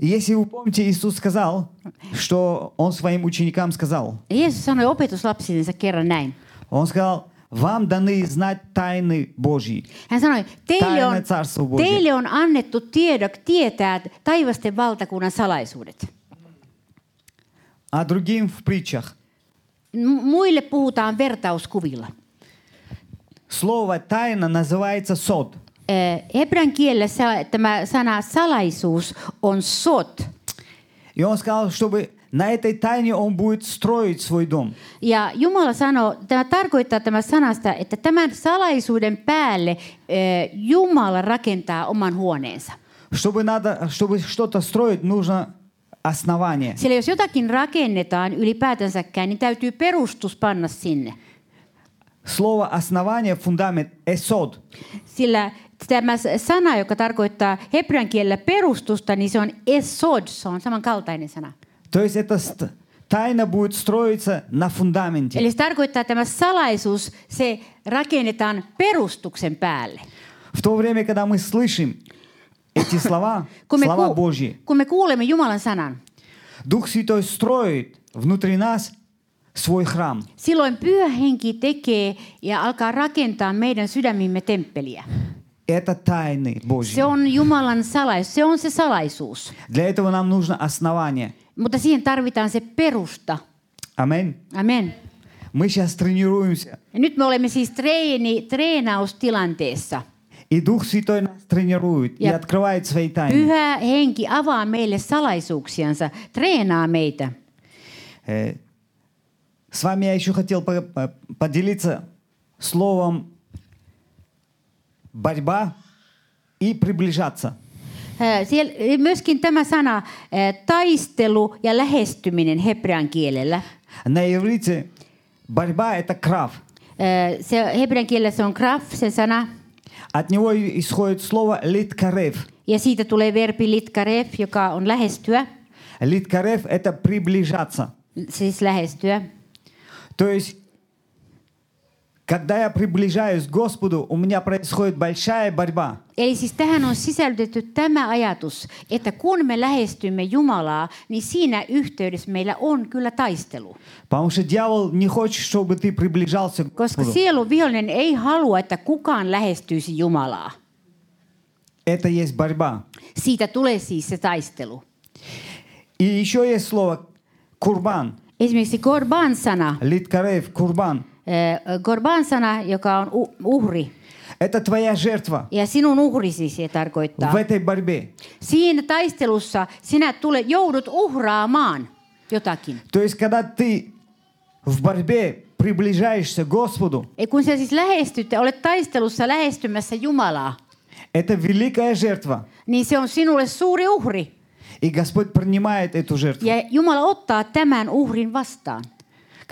S1: Если вы помните, Иисус сказал, что Он своим ученикам сказал.
S2: Jeesus sanoi opetuslapsillensa kerran näin.
S1: Он сказал, вам даны знать тайны Божьи.
S2: Hän sanoi, teille on,
S1: Tainat sarsuu Božie.
S2: teille on annettu tiedok, tietää taivasten valtakunnan salaisuudet.
S1: А другим в притчах.
S2: M- Muille puhutaan vertauskuvilla.
S1: Слово «тайна» называется «сод».
S2: Ö, Eh, Hebrean kielellä sa- tämä sana salaisuus on sot.
S1: И Он сказал, чтобы на этой тайне Он будет строить свой дом.
S2: Ja Jumala sanoo, tämä tarkoittaa tämä sanasta, että tämän salaisuuden päälle ö, Jumala rakentaa oman huoneensa.
S1: Чтобы, надо, чтобы что-то строить, нужно основание.
S2: Sillä jos jotakin rakennetaan ylipäätänsäkään, niin täytyy perustus panna sinne.
S1: Слово «основание», «фундамент» — «эсод».
S2: Sillä tämä s- sana, joka tarkoittaa hebrean kielellä perustusta, niin se on esod, se on samankaltainen sana.
S1: То есть эта ст- тайна будет строиться на фундаменте.
S2: Eli se tarkoittaa, että tämä salaisuus, se rakennetaan perustuksen päälle.
S1: В то время, когда мы слышим эти слова,
S2: Kun me,
S1: слова
S2: ku-
S1: Божьи,
S2: kun me kuulemme Jumalan sanan,
S1: Дух Святой строит внутри нас свой храм.
S2: silloin pyhä henki tekee ja alkaa rakentaa meidän sydämimme temppeliä.
S1: Это тайны Божьи.
S2: Se on Jumalan salaisuus, se on se salaisuus.
S1: Для этого нам нужно основание.
S2: Mutta siihen tarvitaan se perusta.
S1: Аминь.
S2: Amen.
S1: Мы сейчас тренируемся.
S2: Ja nyt me olemme siis treeni, treenaustilanteessa.
S1: И Дух Святой нас тренирует и
S2: Я-
S1: открывает свои тайны.
S2: Pyhä henki avaa meille salaisuuksiansa, treenaa meitä.
S1: Э, С вами я еще хотел по- по- поделиться словом борьба и приближаться.
S2: Ö, Siellä myöskin tämä sana ö, taistelu ja lähestyminen hebrean kielellä.
S1: На иврите борьба это крав.
S2: Ö, Se, hebrean kielellä se on graf, se sana,
S1: От него и- исходит слово литкарев.
S2: ja siitä tulee verbi litkaref, joka on lähestyä,
S1: Литкарев это приближаться.
S2: siis lähestyä.
S1: То есть, когда я приближаюсь к Господу, у меня происходит большая борьба.
S2: Eli siis tähän on sisällytetty tämä ajatus, että kun me lähestymme Jumalaa, niin siinä yhteydessä meillä on kyllä taistelu.
S1: Потому что дьявол не хочет, чтобы ты приближался к
S2: Koska
S1: Господу.
S2: sielun vihollinen ei halua, että kukaan lähestyisi Jumalaa.
S1: Это есть борьба.
S2: Siitä tulee siis se taistelu.
S1: И еще есть слово курбан.
S2: Esimerkiksi Gorban-sana,
S1: Литкарев, курбан.
S2: ö, Gorban-sana, joka on u- uhri.
S1: Это твоя жертва
S2: Ja sinun uhrisi se tarkoittaa.
S1: в этой борьбе.
S2: Siinä taistelussa sinä tule, joudut uhraamaan jotakin.
S1: То есть, когда ты в борьбе приближаешься к Господу,
S2: Ei, kun sä siis lähestyt ja olet taistelussa lähestymässä Jumalaa,
S1: это великая жертва.
S2: niin se on sinulle suuri uhri.
S1: И Господь принимает эту жертву.
S2: Ja Jumala ottaa tämän uhrin vastaan,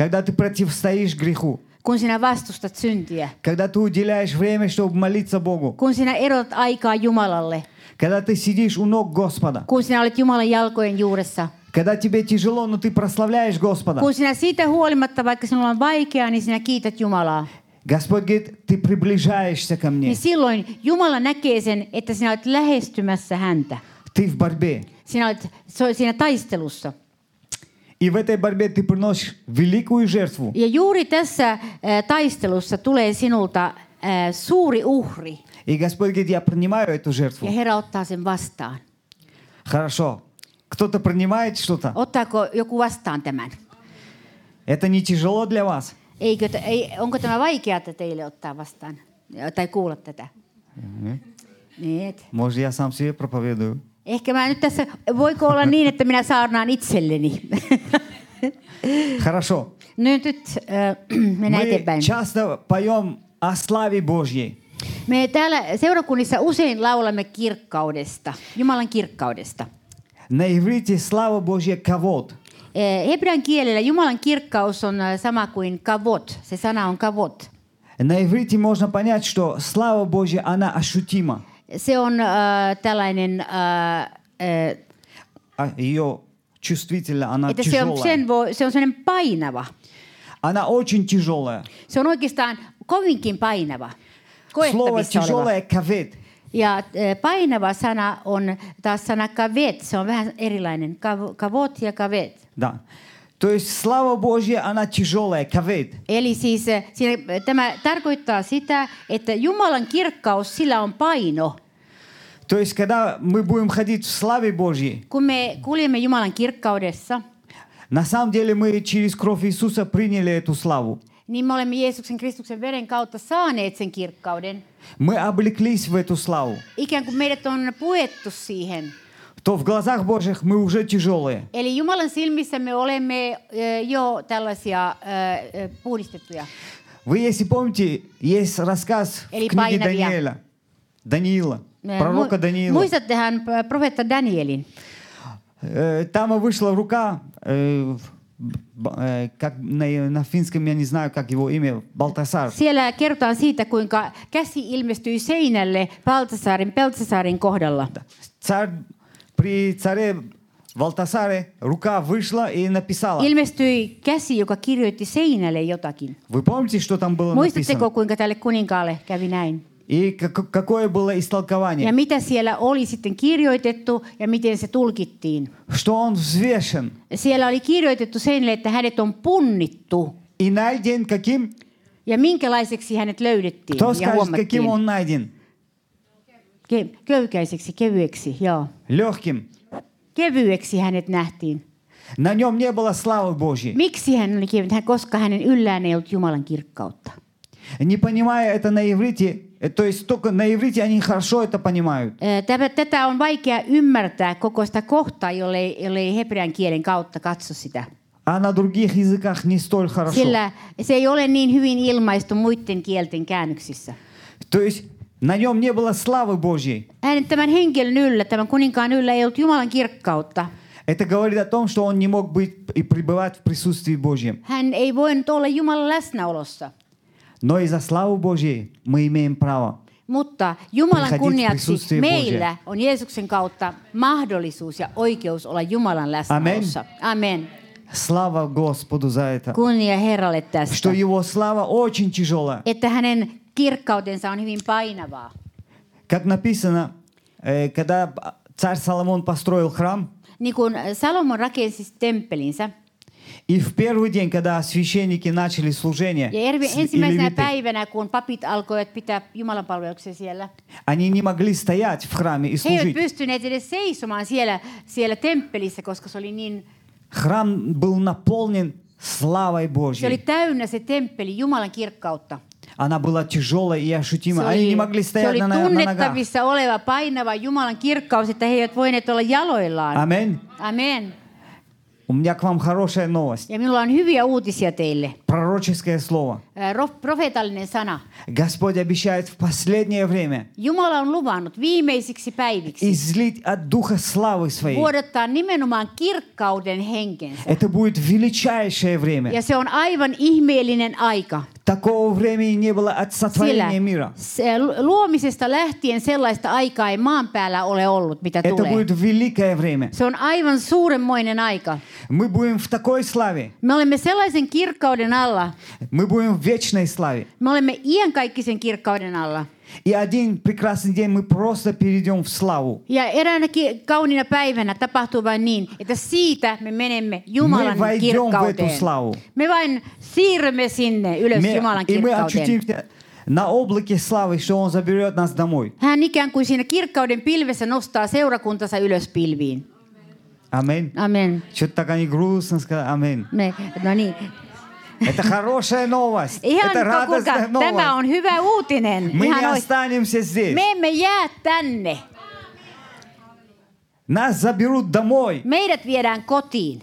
S1: Когда ты противостоишь греху,
S2: kun sinä vastustat syntiä.
S1: когда ты уделяешь время, чтобы молиться Богу,
S2: Kun sinä erotat aikaa Jumalalle,
S1: когда ты сидишь у ног Господа,
S2: kun sinä olet Jumalan jalkojen juuressa,
S1: когда тебе тяжело, но ты прославляешь Господа.
S2: kun sinä siitä huolimatta, vaikka sinulla on vaikeaa, niin sinä kiität Jumalaa.
S1: Господь говорит, ты приближаешься ко мне,
S2: Niin silloin Jumala näkee sen, että sinä olet lähestymässä häntä.
S1: ты в борьбе.
S2: Sinä olet so- siinä taistelussa.
S1: И в этой борьбе ты приносишь великую жертву.
S2: Ja juuri tässä ää, taistelussa tulee sinulta ää, suuri uhri.
S1: И Господь говорит, я принимаю эту
S2: Ja
S1: жертву.
S2: Herra ottaa sen vastaan.
S1: Хорошо. Кто-то принимает что-то.
S2: Ottaako joku vastaan tämän?
S1: Это не тяжело для вас.
S2: Eikö t- ei, onko tämä vaikeaa teille ottaa vastaan Ja- tai kuulla tätä? Niin, et.
S1: Может, я сам себе проповедую.
S2: Ehkä mä nyt tässä, voiko olla niin, että minä saarnaan itselleni?
S1: Хорошо.
S2: nyt nyt äh, mennään
S1: Мы
S2: eteenpäin.
S1: часто поем о славе Божьей.
S2: Me täällä seurakunnissa usein laulamme kirkkaudesta, Jumalan kirkkaudesta.
S1: На иврите слава Божья кавод.
S2: Eh, Hebrean kielellä Jumalan kirkkaus on eh, sama kuin kavot. Se sana on kavot.
S1: На иврите можно понять, что слава Божья, она ощутима.
S2: Se on äh, tällainen, äh, äh,
S1: А ее чувствительно, она
S2: että se on,
S1: тяжелая.
S2: sen voi, se on sellainen painava.
S1: Она очень тяжелая.
S2: Se on oikeastaan kovinkin painava.
S1: Слово
S2: Koettavissa oleva.
S1: тяжелое кавет.
S2: Ja eh, painava sana on taas sana kavet. Se on vähän erilainen. Kav- Kavot ja kavet.
S1: Да. То есть слава Божья, она тяжелая, кавет.
S2: Eli siis eh, siinä, tämä tarkoittaa sitä, että Jumalan kirkkaus, sillä on paino.
S1: То есть, когда мы будем ходить в славе Божьей,
S2: Kun me kuljemme Jumalan kirkkaudessa,
S1: на самом деле мы через кровь Иисуса приняли эту славу.
S2: niin me olemme Jeesuksen Kristuksen veren kautta saaneet sen kirkkauden.
S1: Мы облеклись в эту славу.
S2: Ikään kuin meidät on puettu siihen.
S1: То в глазах Божьих мы уже тяжелые.
S2: Eli Jumalan silmissä me olemme eh, jo tällaisia eh, eh, puhdistettuja.
S1: Вы, если помните, есть рассказ
S2: Или
S1: в книге
S2: Паина Вия.
S1: Даниила. Даниила.
S2: Eh,
S1: Пророка
S2: mu-
S1: Даниила.
S2: Muistattehan eh, profeetta Danielin.
S1: Э, Там вышла рука, э, б- э, как на, на финском, я не знаю, как его имя, Балтасар.
S2: Siellä kerrotaan siitä, kuinka käsi ilmestyi seinälle Paltasaarin, Peltsasaarin kohdalla.
S1: Царь, при царе Балтасаре рука вышла и написала.
S2: Ilmestyi käsi, joka kirjoitti seinälle jotakin.
S1: Вы помните, что там было
S2: Muistatteko,
S1: написано?
S2: kuinka tälle kuninkaalle kävi näin?
S1: И как- какое было
S2: Ja
S1: истолкование?
S2: mitä siellä oli sitten kirjoitettu ja miten se tulkittiin?
S1: Что он взвешен.
S2: Siellä oli kirjoitettu seinälle, että hänet on punnittu.
S1: И найден каким?
S2: Ja minkälaiseksi hänet löydettiin
S1: Кто
S2: ja
S1: скажет,
S2: huomattiin?
S1: каким он найден?
S2: Ke- köykäiseksi, kevyeksi, joo.
S1: Легким.
S2: Kevyeksi hänet nähtiin.
S1: На нем не было славы Божьей.
S2: Miksi hän oli kevyt? Hän- Koska hänen yllään ei ollut Jumalan kirkkautta.
S1: Не понимая это на иврите, э, то есть только на иврите они хорошо это понимают.
S2: Tämä, tätä on vaikea ymmärtää koko sitä kohtaa, jollei, jollei hebrean kielen kautta katso sitä.
S1: А на других языках не столь хорошо.
S2: Sillä se ei ole niin hyvin ilmaistu muiden kielten käännöksissä.
S1: То есть на нем не было славы Божьей.
S2: Hänen tämän henkilön yllä, tämän kuninkaan yllä ei ollut Jumalan kirkkautta.
S1: Это говорит о том, что он не мог быть и пребывать в присутствии Божьем.
S2: Hän ei voinut olla Jumalan läsnäolossa.
S1: Но из-за славы Божьей мы имеем право.
S2: Mutta Jumalan
S1: Prihatit
S2: kunniaksi
S1: prisusti
S2: meillä on Jeesuksen kautta mahdollisuus ja oikeus olla Jumalan läsnäolossa. Amen.
S1: Слава Господу за это.
S2: Kunnia Herralle tästä,
S1: Что его слава очень тяжелая.
S2: että hänen kirkkautensa on hyvin painavaa.
S1: Как написано, э, когда а, царь Соломон построил храм,
S2: Niin kuin Salomon rakensi temppelinsä,
S1: и в первый день, когда священники начали служение,
S2: ja ervi-
S1: с- и
S2: ensimmäisenä
S1: левиты,
S2: päivänä, kun papit alkoivat pitää Jumalan palveluksia siellä,
S1: они не могли стоять в храме и
S2: he eivät
S1: служить.
S2: pystyneet edes seisomaan siellä, siellä temppelissä, koska se oli niin,
S1: Храм был наполнен славой
S2: se oli
S1: Божьей.
S2: täynnä se temppeli Jumalan kirkkautta.
S1: Она была тяжелая и
S2: Se
S1: ощутимая. Они
S2: oli,
S1: не могли
S2: se
S1: стоять
S2: oli
S1: на, на ногах.
S2: tunnettavissa oleva painava Jumalan kirkkaus, että he eivät voineet olla jaloillaan.
S1: Аминь.
S2: Amen.
S1: У меня к вам хорошая новость.
S2: Ja minulla on hyviä uutisia teille.
S1: Пророческое слово.
S2: Äh, rof- Profeetallinen sana.
S1: Господь обещает в последнее время
S2: Jumala on luvannut viimeisiksi päiviksi
S1: излить от Духа славы своей.
S2: vuodattaa nimenomaan kirkkauden henkensä.
S1: Это будет величайшее
S2: Ja
S1: время.
S2: se on aivan ihmeellinen aika.
S1: Такого времени не было от
S2: Sillä
S1: сотворения мира.
S2: se lu- luomisesta lähtien sellaista aikaa ei maan päällä ole ollut, mitä
S1: Это
S2: tulee.
S1: будет великое время.
S2: Se on aivan suuremmoinen aika.
S1: Мы будем в такой славе.
S2: Me olemme sellaisen kirkkauden alla,
S1: Мы будем в вечной славе.
S2: me olemme iankaikkisen kirkkauden alla.
S1: И один прекрасный день мы просто перейдем в славу.
S2: Ja eräänä ki- kaunina päivänä tapahtuu vain niin, että siitä me menemme Jumalan
S1: Me vain
S2: kirkkauteen.
S1: jompetus laulu.
S2: Me vain siirrymme sinne ylös
S1: Мы-
S2: Jumalan
S1: и мы
S2: kirkkauteen.
S1: очутимся на облаке славы, что Он заберет нас домой.
S2: Hän ikään kuin siinä kirkkauden pilvessä nostaa seurakuntansa ylös pilviin.
S1: Аминь.
S2: Amen.
S1: Что-то так они грустно сказали. Аминь.
S2: Me, no niin.
S1: Это хорошая новость.
S2: Ihan
S1: Это радостная
S2: kuulkaa, tämä
S1: новость.
S2: on hyvä uutinen.
S1: Мы
S2: Ihan
S1: не
S2: oi-
S1: останемся здесь.
S2: me emme jää tänne.
S1: Нас заберут домой.
S2: Meidät viedään kotiin.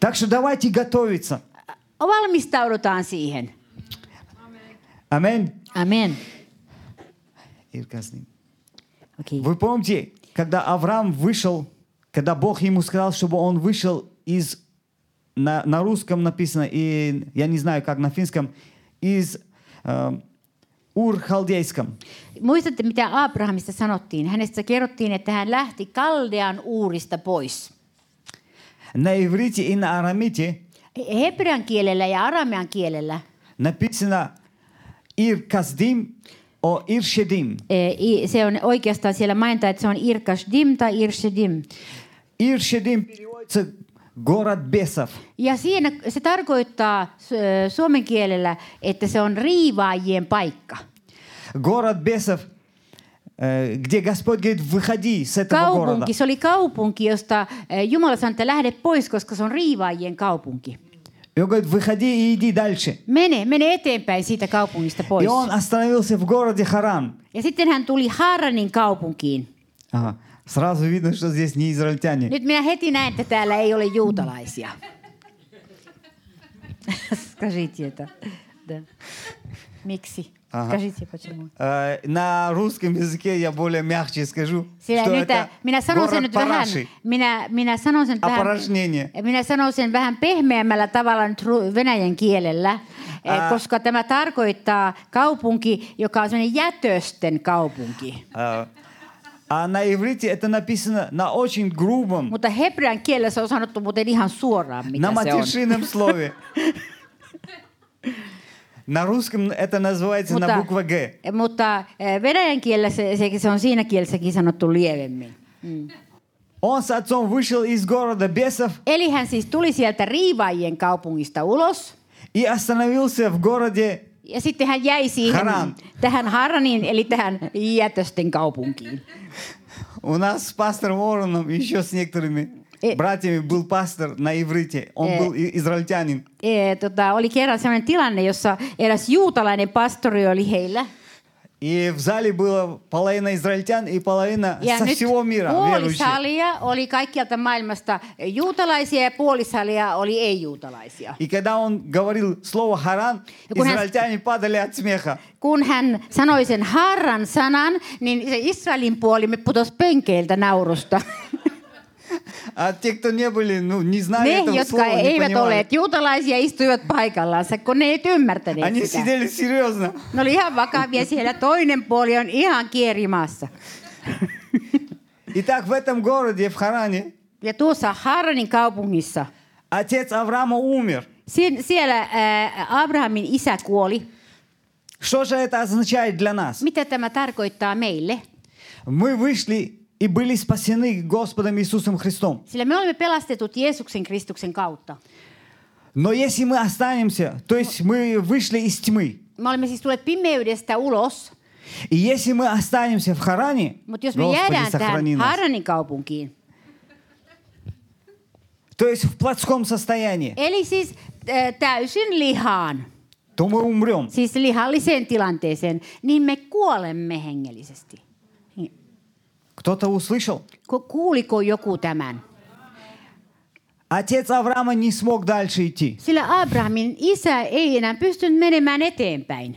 S1: Так что давайте готовиться.
S2: Valmistaudutaan siihen.
S1: Аминь.
S2: Amen.
S1: Ирка с ним.
S2: Okay.
S1: Вы помните, когда Авраам вышел, когда Бог ему сказал, чтобы он вышел из на, на русском написано, и я не знаю, как на финском, из э, ур-халдейском.
S2: Muistatte, mitä Abrahamista sanottiin? Hänestä kerrottiin, että hän lähti Kaldean uurista pois.
S1: На иврите и на арамите
S2: Hebrean kielellä ja aramean kielellä
S1: написано «Ир-каздим» о «Ир-шедим».
S2: eh, i- se on oikeastaan siellä mainitaan, että se on Irkashdim tai Irshedim.
S1: «Ир-шедим» переводится «город бесов».
S2: Ja siinä se tarkoittaa su- ö, suomen kielellä, että se on riivaajien paikka.
S1: Город бесов, э, где Господь говорит, выходи с этого города.
S2: Kaupunki, se oli kaupunki, josta ö, Jumala sanoi, että lähde pois, koska se on riivaajien kaupunki.
S1: И он говорит, выходи и иди дальше.
S2: Mene, mene eteenpäin siitä kaupungista
S1: И
S2: pois.
S1: он остановился в городе Харан.
S2: Ja sitten hän tuli Haranin kaupunkiin.
S1: Ага. Сразу видно, что здесь не израильтяне.
S2: Nyt minä heti näen, että täällä ei ole juutalaisia. Скажите это. Да. Miksi?
S1: Aha.
S2: Скажите, почему?
S1: Э, на русском языке я более мягче скажу,
S2: Sillä
S1: что
S2: nyt,
S1: это
S2: minä sanon sen
S1: город
S2: nyt vähän,
S1: параши.
S2: minä, minä sanon sen nyt vähän,
S1: Опорожнение.
S2: minä sanon sen vähän pehmeämmällä tavalla nyt ru- venäjän kielellä, eh,
S1: Ää.
S2: koska tämä tarkoittaa kaupunki, joka on sellainen jätösten kaupunki.
S1: Э, а на иврите это написано на очень грубом,
S2: Mutta hebrean kielellä se on sanottu muuten ihan suoraan, mitä
S1: на
S2: se on.
S1: матершинном слове. На русском это называется на буква «Г».
S2: Mutta eh, venäjän kielellä se, se, se on siinä kielessäkin sanottu lievemmin.
S1: Он с отцом вышел из города бесов
S2: Eli hän siis tuli sieltä riivaajien kaupungista ulos
S1: и остановился в городе.
S2: ja sitten hän jäi siihen
S1: Haran.
S2: tähän Haraniin, eli tähän jätösten kaupunkiin.
S1: У нас с пастором Уорреном, еще с некоторыми
S2: Э.
S1: братьями был пастор на иврите. Он
S2: Э.
S1: был и- израильтянин.
S2: Ee, tota, oli kerran sellainen tilanne, jossa eräs juutalainen pastori oli heillä.
S1: И в зале было половина израильтян и половина
S2: Ja
S1: со
S2: nyt
S1: всего мира
S2: puoli
S1: верующих.
S2: salia oli kaikkialta maailmasta juutalaisia ja puoli salia oli ei-juutalaisia.
S1: И когда он говорил слово «харан»,
S2: Kun hän-
S1: израильтяне падали от смеха.
S2: Kun hän sanoi sen harran sanan, niin se Israelin puoli me putosi penkeiltä naurusta.
S1: А те, кто не были, ну, не знали
S2: Ne,
S1: этого
S2: jotka
S1: слова, не
S2: eivät
S1: понимали.
S2: olleet juutalaisia, istuivat paikallansa, kun ne eivät ymmärtäneet
S1: Они
S2: sitä.
S1: сидели серьезно.
S2: Ne oli ihan vakavia siellä. Toinen puoli on ihan kierimaassa.
S1: Итак, в этом городе, в Харане,
S2: Ja tuossa Haranin kaupungissa,
S1: отец Авраама умер.
S2: sie- siellä ää, Abrahamin isä kuoli.
S1: Что же это означает для нас?
S2: Mitä tämä tarkoittaa meille?
S1: Мы вышли и были спасены Господом Иисусом Христом.
S2: Sillä me olemme pelastetut Jeesuksen Kristuksen kautta.
S1: Но если мы останемся, то есть мы вышли из тьмы.
S2: Me olemme siis tulleet pimeydestä ulos,
S1: И если мы останемся в Харане,
S2: mutta jos me
S1: Господи,
S2: jäädään tähän
S1: сохрани нас.
S2: Haranin kaupunkiin,
S1: То есть в плотском состоянии,
S2: eli siis ää, täysin lihaan,
S1: то мы умрем.
S2: siis lihalliseen tilanteeseen, niin me kuolemme hengellisesti.
S1: Кто-то услышал?
S2: Ku- Kuuliko joku tämän?
S1: Отец Авраама не смог дальше идти.
S2: Sillä Abrahamin isä ei enää pystynyt menemään eteenpäin.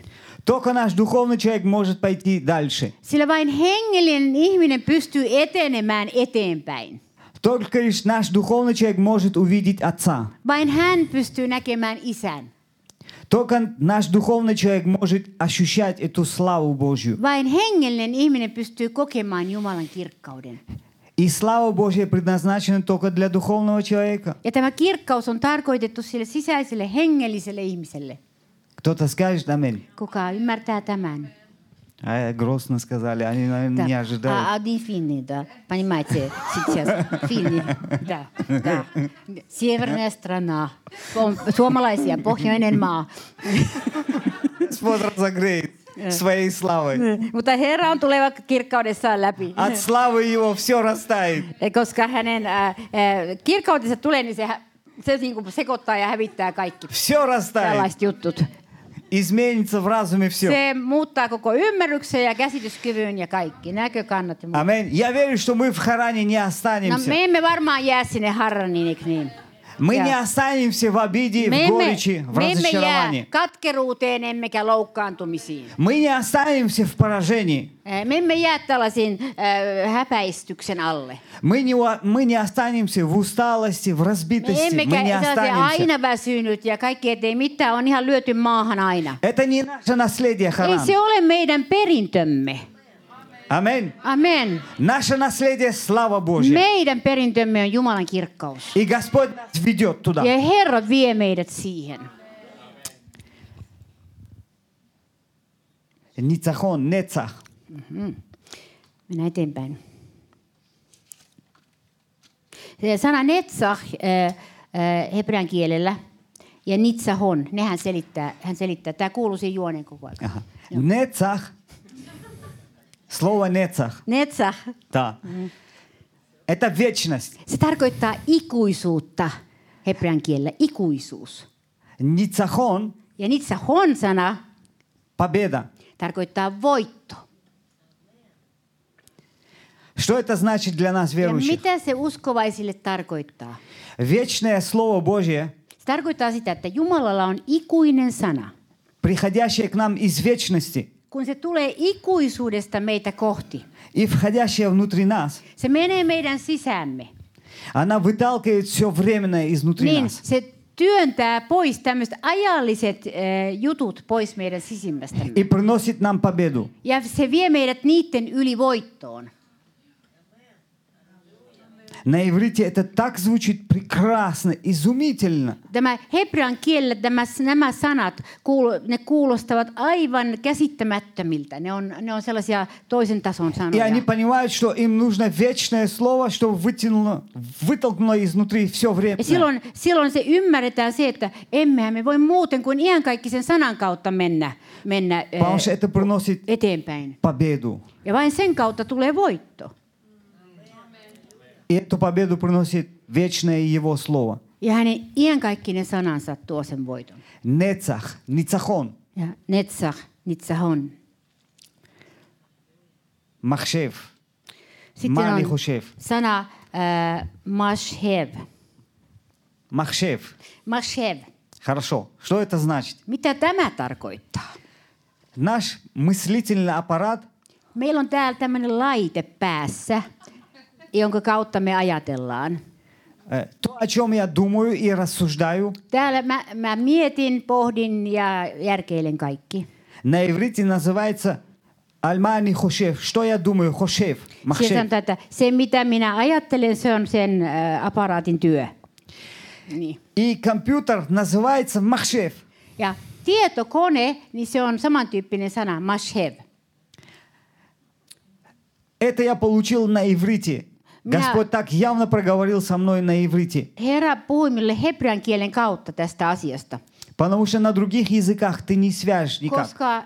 S1: Только наш духовный человек может пойти дальше.
S2: Sillä vain hengellinen ihminen pystyy etenemään eteenpäin.
S1: Только лишь наш духовный человек может увидеть Отца.
S2: Vain hän pystyy näkemään isän.
S1: Только наш духовный человек может ощущать эту славу Божью.
S2: Vain hengellinen ihminen pystyy kokemaan Jumalan kirkkauden.
S1: И слава Божья предназначена только для духовного человека.
S2: Ja tämä kirkkaus on tarkoitettu sille sisäiselle hengelliselle ihmiselle.
S1: Кто-то скажет «Аминь».
S2: Kuka ymmärtää tämän?
S1: А, э, грустно сказали, они, наверное, не ожидали.
S2: А, один финны, да. Понимаете, сейчас финны. Да, да. Северная страна. Пом- Suomalaisia, pohjoinen maa.
S1: Господь разогреет своей славой.
S2: Mutta Herra on tuleva kirkkaudessaan läpi.
S1: От славы его все растает.
S2: Koska hänen äh, äh, kirkkautensa tulee, niin se, hä- se niin kuin sekoittaa ja hävittää kaikki
S1: Все растает.
S2: tällaiset juttut.
S1: Изменится в разуме все.
S2: Se muuttaa koko ymmärryksen ja käsityskyvyn ja kaikki näkökannat. Ja muut.
S1: Аминь. Я верю, что мы в Харане не
S2: No
S1: останемся.
S2: me emme varmaan jää sinne Harraniin, eikö niin?
S1: Мы
S2: Ja
S1: не останемся в обиде,
S2: Me
S1: в
S2: emme,
S1: горечи, в
S2: me emme jää
S1: разочаровании.
S2: katkeruuteen emmekä loukkaantumisiin.
S1: Мы не останемся в поражении.
S2: Ää, Me emme jää tällaisiin äh, häpäistyksen alle.
S1: Мы не, у- мы не останемся в усталости, в
S2: Me
S1: разбитости. Мы
S2: emmekä
S1: не
S2: sellaisia
S1: останемся.
S2: aina väsynyt ja kaikki ettei mitään, on ihan lyöty maahan aina.
S1: Это не наше наследие,
S2: Ei
S1: Харан.
S2: se ole meidän perintömme.
S1: Аминь.
S2: Amen.
S1: Наше наследие – слава Божья.
S2: Meidän perintömme on Jumalan kirkkaus.
S1: И Господь нас ведет туда.
S2: Ja Herra vie meidät siihen.
S1: Ницахон, Нецах.
S2: Mennään eteenpäin. Se Sana netzach äh, äh, hebrean kielellä ja nitsahon, nehän selittää, hän selittää. Tämä kuuluu siihen juoneen koko ajan.
S1: Ага. Нецах. Слово Нецах.
S2: Netzach,
S1: Да. Это вечность.
S2: se tarkoittaa ikuisuutta hebrean kielellä, ikuisuus.
S1: Ницахон
S2: Ja nitsahon sana
S1: – победа.
S2: tarkoittaa voitto.
S1: Что это значит для нас,
S2: Ja
S1: верующих?
S2: mitä se uskovaisille tarkoittaa?
S1: Вечное Слово Божье,
S2: Se tarkoittaa sitä, että Jumalalla on ikuinen sana.
S1: приходящее к нам из вечности
S2: Kun se tulee ikuisuudesta meitä kohti,
S1: и входящее внутри нас,
S2: se menee meidän sisäämme.
S1: она выталкивает все временное изнутри
S2: Niin
S1: нас.
S2: se työntää pois tämmöiset ajalliset äh, jutut pois meidän sisimmästämme.
S1: И приносит нам победу.
S2: Ja se vie meidät niiden yli voittoon.
S1: На иврите это так звучит прекрасно, изумительно.
S2: Tämä hebrean kielellä tämä, nämä sanat, kuulo, ne kuulostavat aivan käsittämättömiltä. Ne on, ne on sellaisia toisen tason
S1: И
S2: sanoja.
S1: они понимают, что им нужно вечное слово, чтобы вытянуло, вытолкнуло изнутри все время.
S2: Ja silloin, silloin se ymmärretään se, että emmehän me voi muuten kuin ihan kaikki sen sanan kautta mennä, mennä eh,
S1: Потому что это приносит
S2: eteenpäin.
S1: победу.
S2: Ja vain sen kautta tulee voitto.
S1: И эту победу приносит вечное Его Слово.
S2: Ja hänen iankaikkinen sanansa tuo sen voiton.
S1: Нецах, Ницахон,
S2: Ja netsah, nitsahon.
S1: Махшев,
S2: Sitten
S1: Мали
S2: on
S1: Хушев,
S2: sana äh, mashev.
S1: Махшев.
S2: Mashev.
S1: Хорошо. Что это значит?
S2: Mitä tämä tarkoittaa?
S1: Наш мыслительный аппарат,
S2: Meillä on täällä tämmöinen laite päässä, jonka kautta me ajatellaan.
S1: э, то, о чем я думаю и рассуждаю,
S2: Täällä mä, mä mietin, pohdin ja järkeilen kaikki.
S1: на иврите называется Альмани Хошев. Что я думаю? Хошев.
S2: Siellä
S1: Махшев.
S2: sanotaan, että se mitä minä ajattelen, se on sen ä, aparaatin työ. Niin.
S1: И компьютер называется Махшев.
S2: Ja tietokone, niin se on samantyyppinen sana, mashev.
S1: Это я получил на иврите.
S2: Меня-
S1: Господь так явно проговорил со мной на иврите.
S2: Herra puhui minulle hebrean kielen kautta tästä asiasta,
S1: Потому что на других языках ты не свяжешь никак.
S2: koska ä,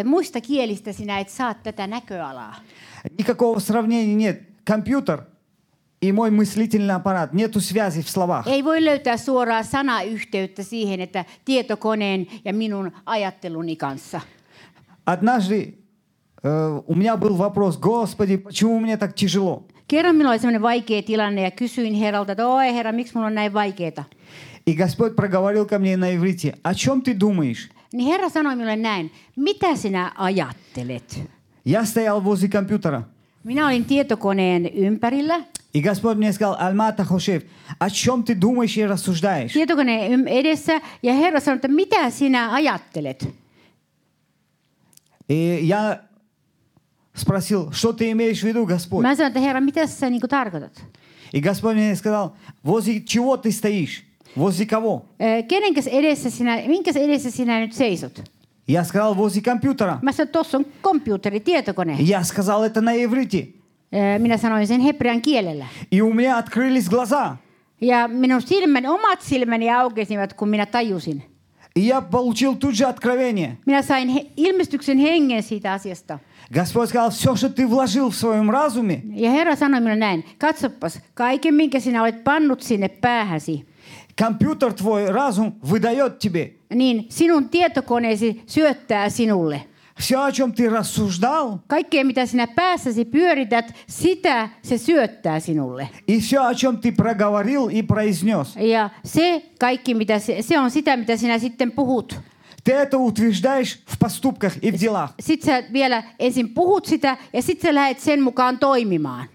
S2: ä, muista kielistä sinä et saa tätä näköalaa.
S1: Никакого сравнения нет. Компьютер и мой мыслительный аппарат. Нету связи в словах.
S2: Ei voi löytää suoraa sanayhteyttä siihen, että tietokoneen ja minun ajatteluni kanssa.
S1: Однажды э, у меня был вопрос, Господи, почему мне так тяжело?
S2: Kerran minulla oli sellainen vaikea tilanne ja kysyin herralta, että oi herra, miksi minulla on näin vaikeeta?
S1: И Господь проговорил ко мне на иврите, о чем ты думаешь?
S2: Niin herra sanoi minulle näin, mitä sinä ajattelet?
S1: Я стоял возле компьютера.
S2: Minä olin tietokoneen ympärillä.
S1: И Господь мне сказал, Альмата Хошев, о чем ты думаешь и рассуждаешь?
S2: Tietokoneen ym- edessä ja herra sanoi, että mitä sinä ajattelet?
S1: И я спросил, что ты имеешь в виду, Господь?
S2: Mä sanoin, että herra, mitä sä niin tarkoitat?
S1: И Господь мне сказал, возле чего ты стоишь? Возле кого?
S2: Ö, Kenenkäs edessä sinä, minkäs edessä sinä nyt seisot?
S1: Я сказал, возле компьютера.
S2: Mä sanoin, tuossa on komputeri, tietokone.
S1: Я сказал это на иврите.
S2: Ö, Minä sanoin sen hebrean kielellä.
S1: И у меня открылись глаза.
S2: Ja minun silmäni, omat silmäni aukesivat, kun minä tajusin.
S1: И я получил тут же откровение.
S2: Minä sain he, ilmestyksen hengen siitä asiasta.
S1: Господь сказал, все, что ты вложил в своем разуме,
S2: Ja Herra sanoi minulle näin, katsopas, kaiken minkä sinä olet pannut sinne päähäsi,
S1: компьютер твой разум выдает тебе.
S2: niin sinun tietokoneesi syöttää sinulle.
S1: Все, о чем ты рассуждал,
S2: Kaikkea, mitä sinä päässäsi pyörität, sitä se syöttää sinulle.
S1: и все, о чем ты проговорил и произнес,
S2: Ja se kaikki, mitä se, se on sitä, mitä sinä sitten puhut.
S1: ты это утверждаешь в поступках и в делах.
S2: Sitten sä vielä ensin puhut sitä ja sitten sä lähdet sen mukaan toimimaan.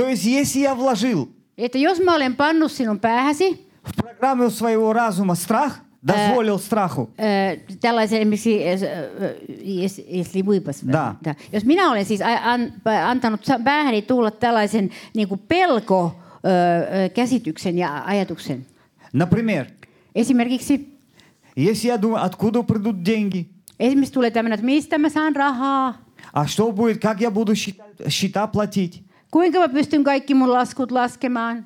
S1: То есть, если я вложил
S2: Että jos mä olen pannut sinun päähäsi
S1: в программу своего разума страх, дозволил страху,
S2: ö, tällaisen esimerkiksi, ö, ö, jes- jes- livuipas-
S1: Da.
S2: Da. jos minä olen siis a- an, pa- antanut sa- päähäni tulla tällaisen niin kuin pelko ö, ö, käsityksen ja ajatuksen.
S1: например,
S2: Esimerkiksi,
S1: если я думаю, откуда придут деньги,
S2: esimerkiksi tulee tämmöinen, että mistä mä saan rahaa,
S1: а что будет, как я буду счета, счета платить,
S2: kuinka mä pystyn kaikki mun laskut laskemaan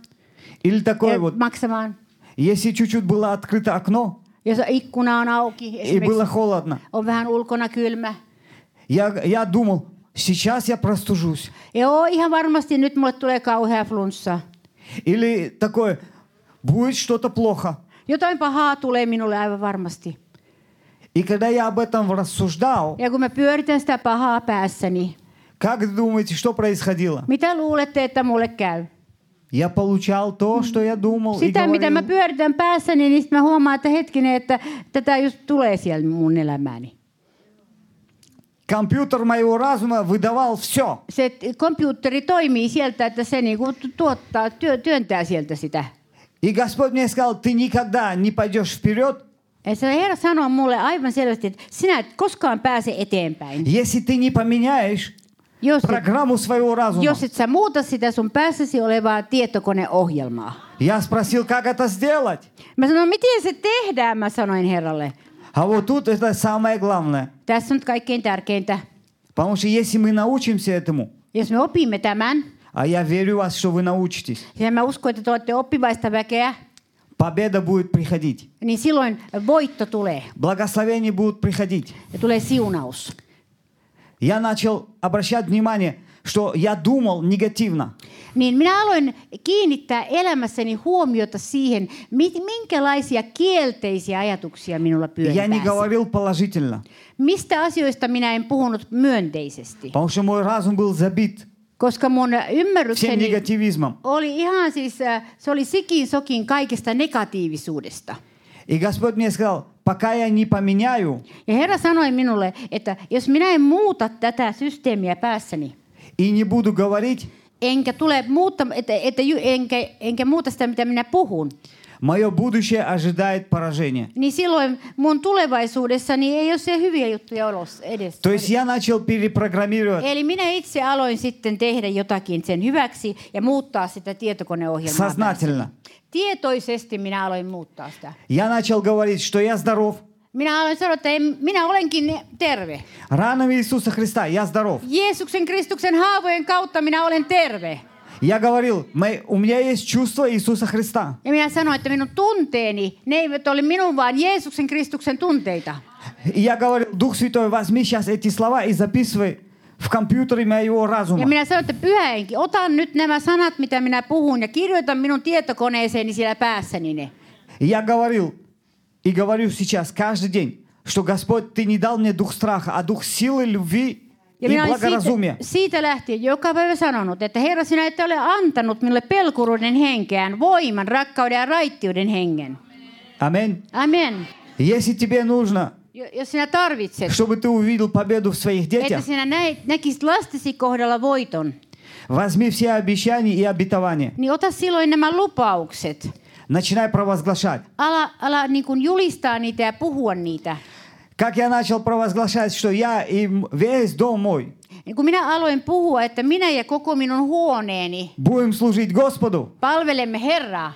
S1: или такое
S2: ja
S1: вот,
S2: maksamaan.
S1: если чуть-чуть было открыто окно
S2: Jos ikkuna on auki,
S1: и было
S2: esimerkiksi
S1: холодно,
S2: on vähän ulkona kylmä.
S1: я, я думал, сейчас я простужусь.
S2: Joo, ihan varmasti nyt mulle tulee kauhea flunssa.
S1: Или такое, будет что-то плохо.
S2: Jotain pahaa tulee minulle aivan varmasti.
S1: И когда я об этом рассуждал,
S2: Ja kun mä pyöritän sitä pahaa päässäni,
S1: как вы думаете, что происходило?
S2: mitä luulette, että mulle käy?
S1: Я получал то, что я думал и
S2: Sitä, mitä mä
S1: говорил.
S2: pyöritän päässäni, niin sit mä huomaan, että hetkinen, että tätä just tulee siellä mun elämääni.
S1: Компьютер моего разума выдавал все.
S2: Se t- kompjuutteri toimii sieltä, että se niinku tu- tuottaa, työ, työntää sieltä sitä.
S1: И Господь мне сказал, ты никогда не пойдешь вперед,
S2: Ja se Herra sanoo mulle aivan selvästi, että sinä et koskaan pääse eteenpäin.
S1: если ты не поменяешь
S2: Jos et,
S1: программу своего разума.
S2: jos et sä muuta sitä sun päässäsi olevaa tietokoneohjelmaa.
S1: Я sпросил, как это сделать?
S2: Mä sanoin, miten se tehdään, mä sanoin Herralle.
S1: А вот тут это самое главное.
S2: Tässä on nyt kaikkein tärkeintä.
S1: Потому что если мы научимся этому,
S2: Jos me opimme tämän,
S1: а я верю в вас, что вы научитесь,
S2: ja mä uskon, että te olette oppivaista väkeä,
S1: победа будет приходить,
S2: niin silloin voitto tulee
S1: благословения будут приходить.
S2: ja tulee siunaus.
S1: Я начал обращать внимание, что я думал негативно.
S2: Niin minä aloin kiinnittää elämässäni huomiota siihen, mi- minkälaisia kielteisiä ajatuksia minulla pyörii
S1: Я не
S2: päässä.
S1: говорил положительно,
S2: Mistä asioista minä en puhunut myönteisesti,
S1: потому что мой разум был забит
S2: koska mun
S1: всем
S2: ymmärrykseni
S1: негативизмом.
S2: oli ihan siis, äh, se oli sikin sokin kaikesta negatiivisuudesta.
S1: И Господь мне сказал, пока я не поменяю
S2: Ja Herra sanoi minulle, että jos minä en muuta tätä systeemiä päässäni,
S1: и не буду говорить,
S2: enkä tule muutta, että, että, ju- enkä, enkä muuta sitä, mitä minä puhun,
S1: мое будущее ожидает поражения.
S2: niin silloin mun tulevaisuudessani ei ole se hyviä juttuja olos edes.
S1: То есть я начал перепрограммировать
S2: Eli minä itse aloin sitten tehdä jotakin sen hyväksi ja muuttaa sitä tietokoneohjelmaa.
S1: сознательно.
S2: Tietoisesti minä aloin muuttaa sitä.
S1: Я начал говорить, что я здоров.
S2: Minä aloin sanoa, että en- minä olenkin terve.
S1: Ранами Иисуса Христа я здоров.
S2: Jeesuksen Kristuksen haavojen kautta minä olen terve.
S1: Я говорил, «Мы- у меня есть чувство Иисуsa Христа.
S2: Ja minä sanoin, että minun tunteeni, ne eivät ole minun, vaan Jeesuksen Kristuksen tunteita.
S1: И я говорил, Дух Святой, возьми сейчас эти слова и записывай в компьютере моего
S2: Ja
S1: разума.
S2: minä sanoin, että pyhä henki, otan nyt nämä sanat, mitä minä puhun, ja kirjoitan minun tietokoneeseeni siellä päässäni ne.
S1: И я говорил и говорю сейчас каждый день, что Господь, Ты не дал мне дух страха, а дух силы, любви и
S2: Ja minä olen
S1: благоразумия.
S2: siitä, siitä lähtien joka päivä sanonut, että Herra, sinä et ole antanut minulle pelkuruuden henkeään, voiman, rakkauden ja raittiuden hengen.
S1: Аминь.
S2: Amen.
S1: Если тебе нужно,
S2: Jo- Jos sinä tarvitset,
S1: чтобы ты увидел победу в своих
S2: että
S1: детях,
S2: sinä näit, näkisit lastesi kohdalla voiton,
S1: возьми все обещания и обетования.
S2: niin ota silloin nämä lupaukset.
S1: Начинай провозглашать.
S2: Ala, ala niin kuin julistaa niitä ja puhua niitä.
S1: Как я начал провозглашать, что я и м- весь дом мой
S2: Niin kun minä aloin puhua, että minä ja koko minun huoneeni
S1: будем служить Господу,
S2: palvelemme Herraa.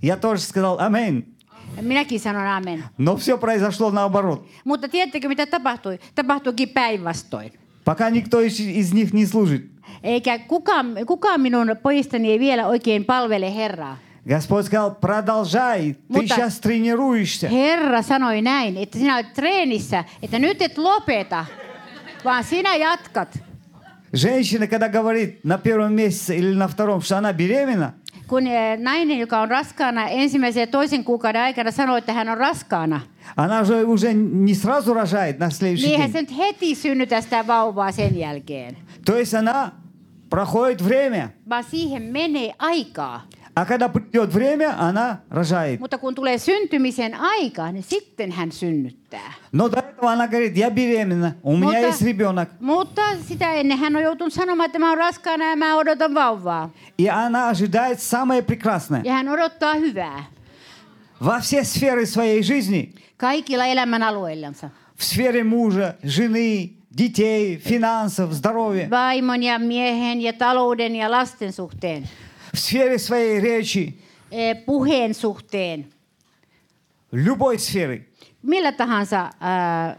S1: я тоже сказал аминь.
S2: Ja Minäkin sanon amen.
S1: Но все произошло наоборот.
S2: Mutta tiedättekö, mitä tapahtui? Tapahtuikin päinvastoin.
S1: Пока никто из, из них не служит.
S2: Eikä kukaan, kukaan minun pojistani ei vielä oikein palvele Herraa.
S1: Господь сказал, продолжай, ты
S2: Ну да.
S1: сейчас тренируешься.
S2: Herra sanoi näin, että sinä olet treenissä, että nyt et lopeta, vaan sinä jatkat.
S1: Женщина, когда говорит на первом месяце или на втором, что она беременна,
S2: Kun eh, nainen, joka on raskaana ensimmäisen ja toisen kuukauden aikana sanoo, että hän on raskaana,
S1: Она же уже не сразу рожает на следующий
S2: Niin eihän se
S1: день.
S2: nyt heti synnytä sitä vauvaa sen jälkeen,
S1: То есть она проходит время.
S2: vaan siihen menee aikaa.
S1: А когда придет время, она рожает.
S2: Mutta kun tulee syntymisen aika, niin sitten hän synnyttää.
S1: Но до этого она говорит, я беременна, у меня
S2: Mutta-
S1: есть ребенок.
S2: Mutta sitä ennen hän on joutunut sanomaan, että mä oon raskaana ja mä odotan vauvaa.
S1: И она ожидает самое прекрасное.
S2: Ja hän odottaa hyvää
S1: Во все сферы своей жизни,
S2: kaikilla elämän alueillansa.
S1: в сфере мужа, жены, детей, финансов, здоровья,
S2: Vaimon ja miehen ja talouden ja lasten suhteen,
S1: в сфере своей речи,
S2: eh, puheen suhteen,
S1: любой сферы,
S2: millä tahansa ää, ää,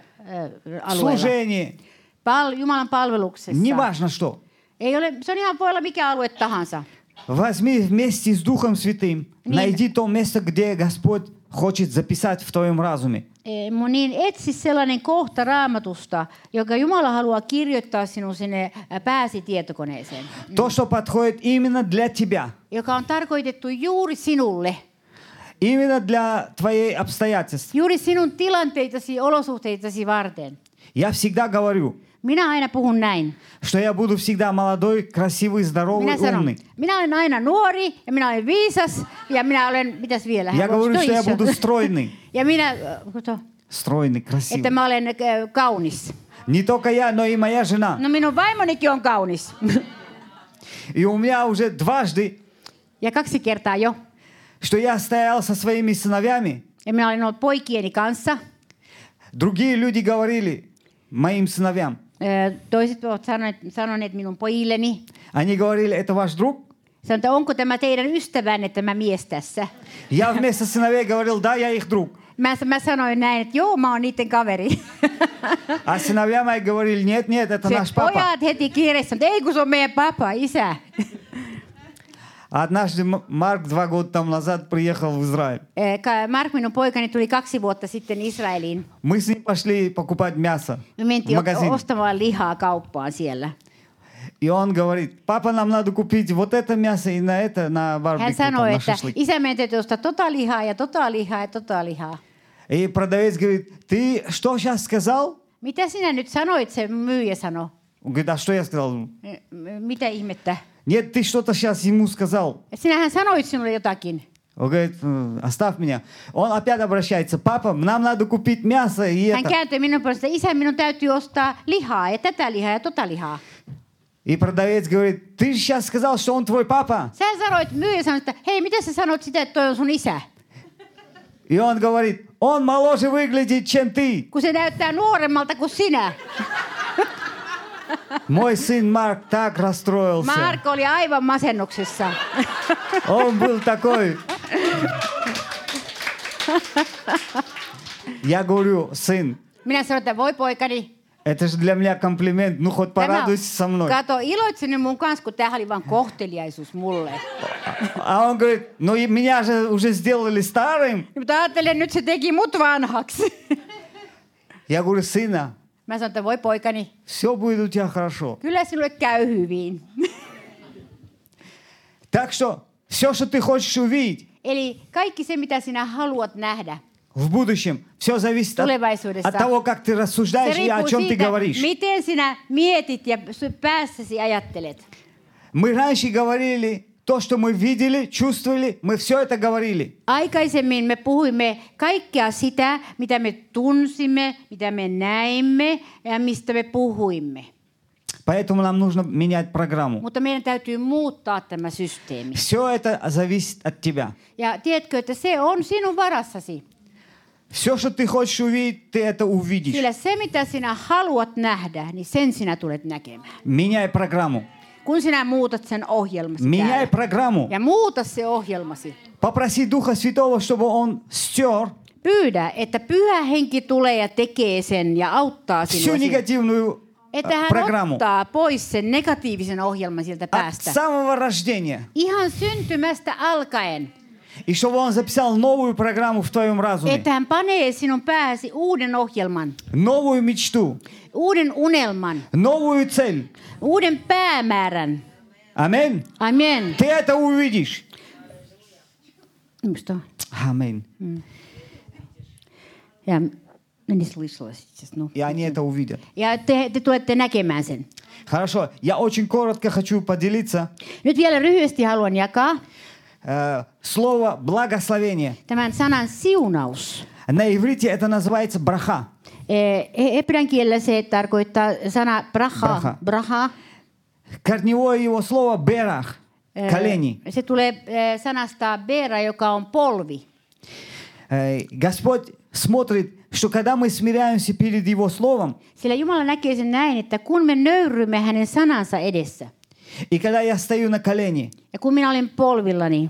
S2: alueella.
S1: служении,
S2: Pal- Jumalan palveluksessa.
S1: неважно что.
S2: Ei ole, se on ihan voi olla mikä alue tahansa.
S1: Возьми вместе с Духом Святым,
S2: Не-
S1: найди то место, где Господь хочет записать в твоем разуме.
S2: Ee, mu- Niin etsi sellainen kohta raamatusta, joka Jumala haluaa kirjoittaa sinun sinne ä, pääsi tietokoneeseen,
S1: То, что подходит именно для тебя,
S2: joka on tarkoitettu juuri sinulle,
S1: именно для твоей обстоятельств.
S2: juuri sinun tilanteitasi, olosuhteitasi varten.
S1: Я всегда говорю,
S2: Minä aina puhun näin.
S1: что я буду всегда молодой, красивый, здоровый,
S2: Minä sanon,
S1: умный.
S2: minä olen aina nuori ja minä olen viisas ja minä olen, mitäs vielä?
S1: Я говорю,
S2: Что
S1: что я
S2: еще?
S1: буду стройный.
S2: Ja minä, äh, kato,
S1: Стройный,
S2: että
S1: красивый.
S2: mä olen äh, kaunis.
S1: Не только я, но и моя жена.
S2: No minun vaimonikin on kaunis.
S1: И у меня уже дважды,
S2: Ja kaksi kertaa jo.
S1: что я стоял со своими сыновьями,
S2: Ja minä olen ollut poikieni kanssa.
S1: другие люди говорили моим сыновьям.
S2: Ö, Toiset ovat sanoneet, sanoneet minun pojilleni.
S1: Они говорили, это ваш друг?
S2: Sanoin, että onko tämä teidän ystävänne tämä mies tässä?
S1: Я вместо сыновей говорил, да, я их друг.
S2: Mä, mä sanoin näin, että joo, mä oon niiden kaveri.
S1: А сыновья мои говорили, нет, нет, это
S2: Se
S1: наш папа.
S2: pojat heti kiireessä, että ei kun se on meidän papa, isä.
S1: Однажды М- Марк два года тому назад приехал в Израиль.
S2: Ö, Ka- Mark, minun poikani, tuli kaksi vuotta sitten Israeliin.
S1: Мы с ним пошли покупать мясо
S2: Me
S1: в
S2: mentiin o-
S1: магазин.
S2: ostamaan lihaa kauppaan siellä.
S1: И он говорит, папа, нам надо купить вот это мясо и на это, на барбекю,
S2: Hän
S1: там,
S2: sanoi,
S1: на
S2: että
S1: шашлык.
S2: isä meidän täytyy ostaa tota lihaa ja tota lihaa ja tota lihaa.
S1: И продавец говорит, ты что сейчас сказал?
S2: Mitä sinä nyt sanoit, se myyjä sanoi?
S1: Он говорит, а что я сказал?
S2: M- Mitä ihmettä?
S1: Нет, ты что-то сейчас ему сказал.
S2: Sinähän sanoit sinulle jotakin.
S1: Он говорит, «М, оставь меня. Он опять обращается, папа, нам надо купить мясо и
S2: Hän
S1: это.
S2: kääntyi minun puolesta, isä, minun täytyy ostaa lihaa ja tätä lihaa ja tota lihaa.
S1: И продавец говорит, ты сейчас сказал, что он твой папа.
S2: Sä sanoit, myyjä sanoi, että hei, mitä sä sanot sitä, että toi on sun isä?
S1: И он говорит, он моложе выглядит, чем ты.
S2: Kun se näyttää nuoremmalta kuin sinä.
S1: Мой сын Марк так расстроился.
S2: Marko oli aivan masennuksessa.
S1: Он был такой. Я говорю, сын,
S2: Minä sanoin, että voi poikani.
S1: это же для меня комплимент, ну хоть
S2: tämä on-
S1: порадуйся со мной.
S2: Kato, iloitse nyt mun kanssa, kun tämähän oli vain kohteliaisuus mulle. Niin,
S1: А он говорит, ну и меня же уже сделали старым.
S2: Niin, Mutta ajattelen, nyt se teki mut vanhaksi.
S1: Я говорю, сына,
S2: Mä sanoin, että voi poikani,
S1: все будет у тебя хорошо.
S2: kyllä sinulle käy hyvin.
S1: Так что все, что ты хочешь увидеть
S2: Eli kaikki se, mitä sinä haluat nähdä,
S1: в будущем, все зависит от,
S2: Tulevaisuudessa.
S1: от того, как ты
S2: se
S1: рассуждаешь и о
S2: riippuu
S1: чем ты
S2: siitä,
S1: говоришь.
S2: miten sinä mietit ja sy- päässäsi ajattelet.
S1: Мы раньше говорили то, что мы видели, чувствовали, мы все это говорили.
S2: Aikaisemmin me puhuimme kaikkea sitä, mitä me tunsimme, mitä me näimme ja mistä me puhuimme.
S1: Поэтому нам нужно менять программу.
S2: Mutta meidän täytyy muuttaa tämä systeemi.
S1: Все это зависит от тебя.
S2: Ja tiedätkö, että se on sinun varassasi.
S1: Все, что ты хочешь увидеть, ты это увидишь.
S2: Sillä se, mitä sinä haluat nähdä, niin sen sinä tulet näkemään.
S1: Меняй программу.
S2: Kun sinä muutat sen ohjelmasi
S1: Меняй
S2: täällä.
S1: программу.
S2: Ja muuta se ohjelmasi.
S1: Попроси Духа Святого, чтобы Он стер
S2: Pyydä, että pyhä henki tulee ja tekee sen ja auttaa
S1: всю
S2: sinua. siinä.
S1: негативную э,
S2: Että hän
S1: программу
S2: ottaa pois sen negatiivisen ohjelman sieltä
S1: от
S2: päästä.
S1: самого рождения.
S2: Ihan syntymästä alkaen.
S1: И чтобы Он записал новую программу в твоем разуме.
S2: Että hän panee sinun pääsi uuden ohjelman,
S1: Новую мечту,
S2: uuden unelman,
S1: новую цель.
S2: uuden päämäärän.
S1: Аминь.
S2: Amen.
S1: Ты это увидишь.
S2: Musta.
S1: Аминь.
S2: Я не слышала сейчас. Ну.
S1: и они это увидят.
S2: Ja te, te tulette näkemään sen.
S1: Хорошо, я очень коротко хочу поделиться.
S2: Nyt vielä lyhyesti haluan jakaa
S1: Э, Слово благословение.
S2: tämän sanan siunaus.
S1: На иврите это называется браха.
S2: Ee, he- Hebrean e- kielellä se tarkoittaa sana braha.
S1: Braha.
S2: braha.
S1: Корневое его слово берах.
S2: Ee,
S1: Колени.
S2: Se tulee ee, sanasta beera, joka on polvi.
S1: Э, Господь смотрит, что когда мы смиряемся перед Его Словом,
S2: Sillä Jumala näkee sen näin, että kun me nöyrymme hänen sanansa edessä,
S1: и когда я стою на колени,
S2: ja kun minä olen polvillani,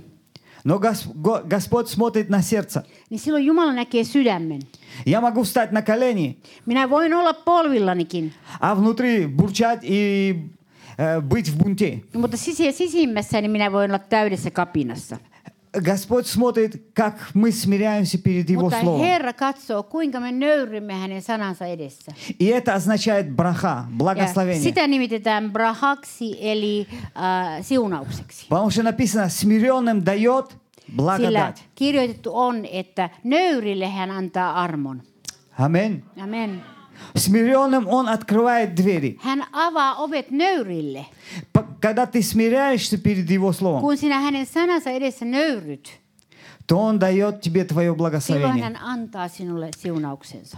S1: но Гос- Го- Господь смотрит на сердце.
S2: niin silloin Jumala näkee sydämen.
S1: Я могу встать на колени,
S2: Minä voin olla polvillanikin,
S1: а внутри бурчать и э, быть в бунте.
S2: no, mutta sisi- sisimmässäni minä voin olla täydessä kapinassa.
S1: Господь смотрит, как мы смиряемся перед Его
S2: Mutta
S1: Словом.
S2: Herra katsoo, kuinka me nöyrymme hänen sanansa edessä.
S1: И это означает браха,
S2: Ja
S1: благословение.
S2: sitä nimitetään brahaksi, eli äh, siunaukseksi.
S1: Потому что написано, смиренным дает
S2: Sillä
S1: благодать.
S2: kirjoitettu on, että nöyrille hän antaa armon.
S1: Аминь.
S2: Amen.
S1: Смиренным Он открывает двери.
S2: Hän avaa ovet nöyrille,
S1: П- Когда ты смиряешься перед Его Словом,
S2: kun sinä hänen sanansa edessä nöyryt.
S1: то Он дает тебе твое
S2: Silloin
S1: благословение.
S2: hän antaa sinulle siunauksensa.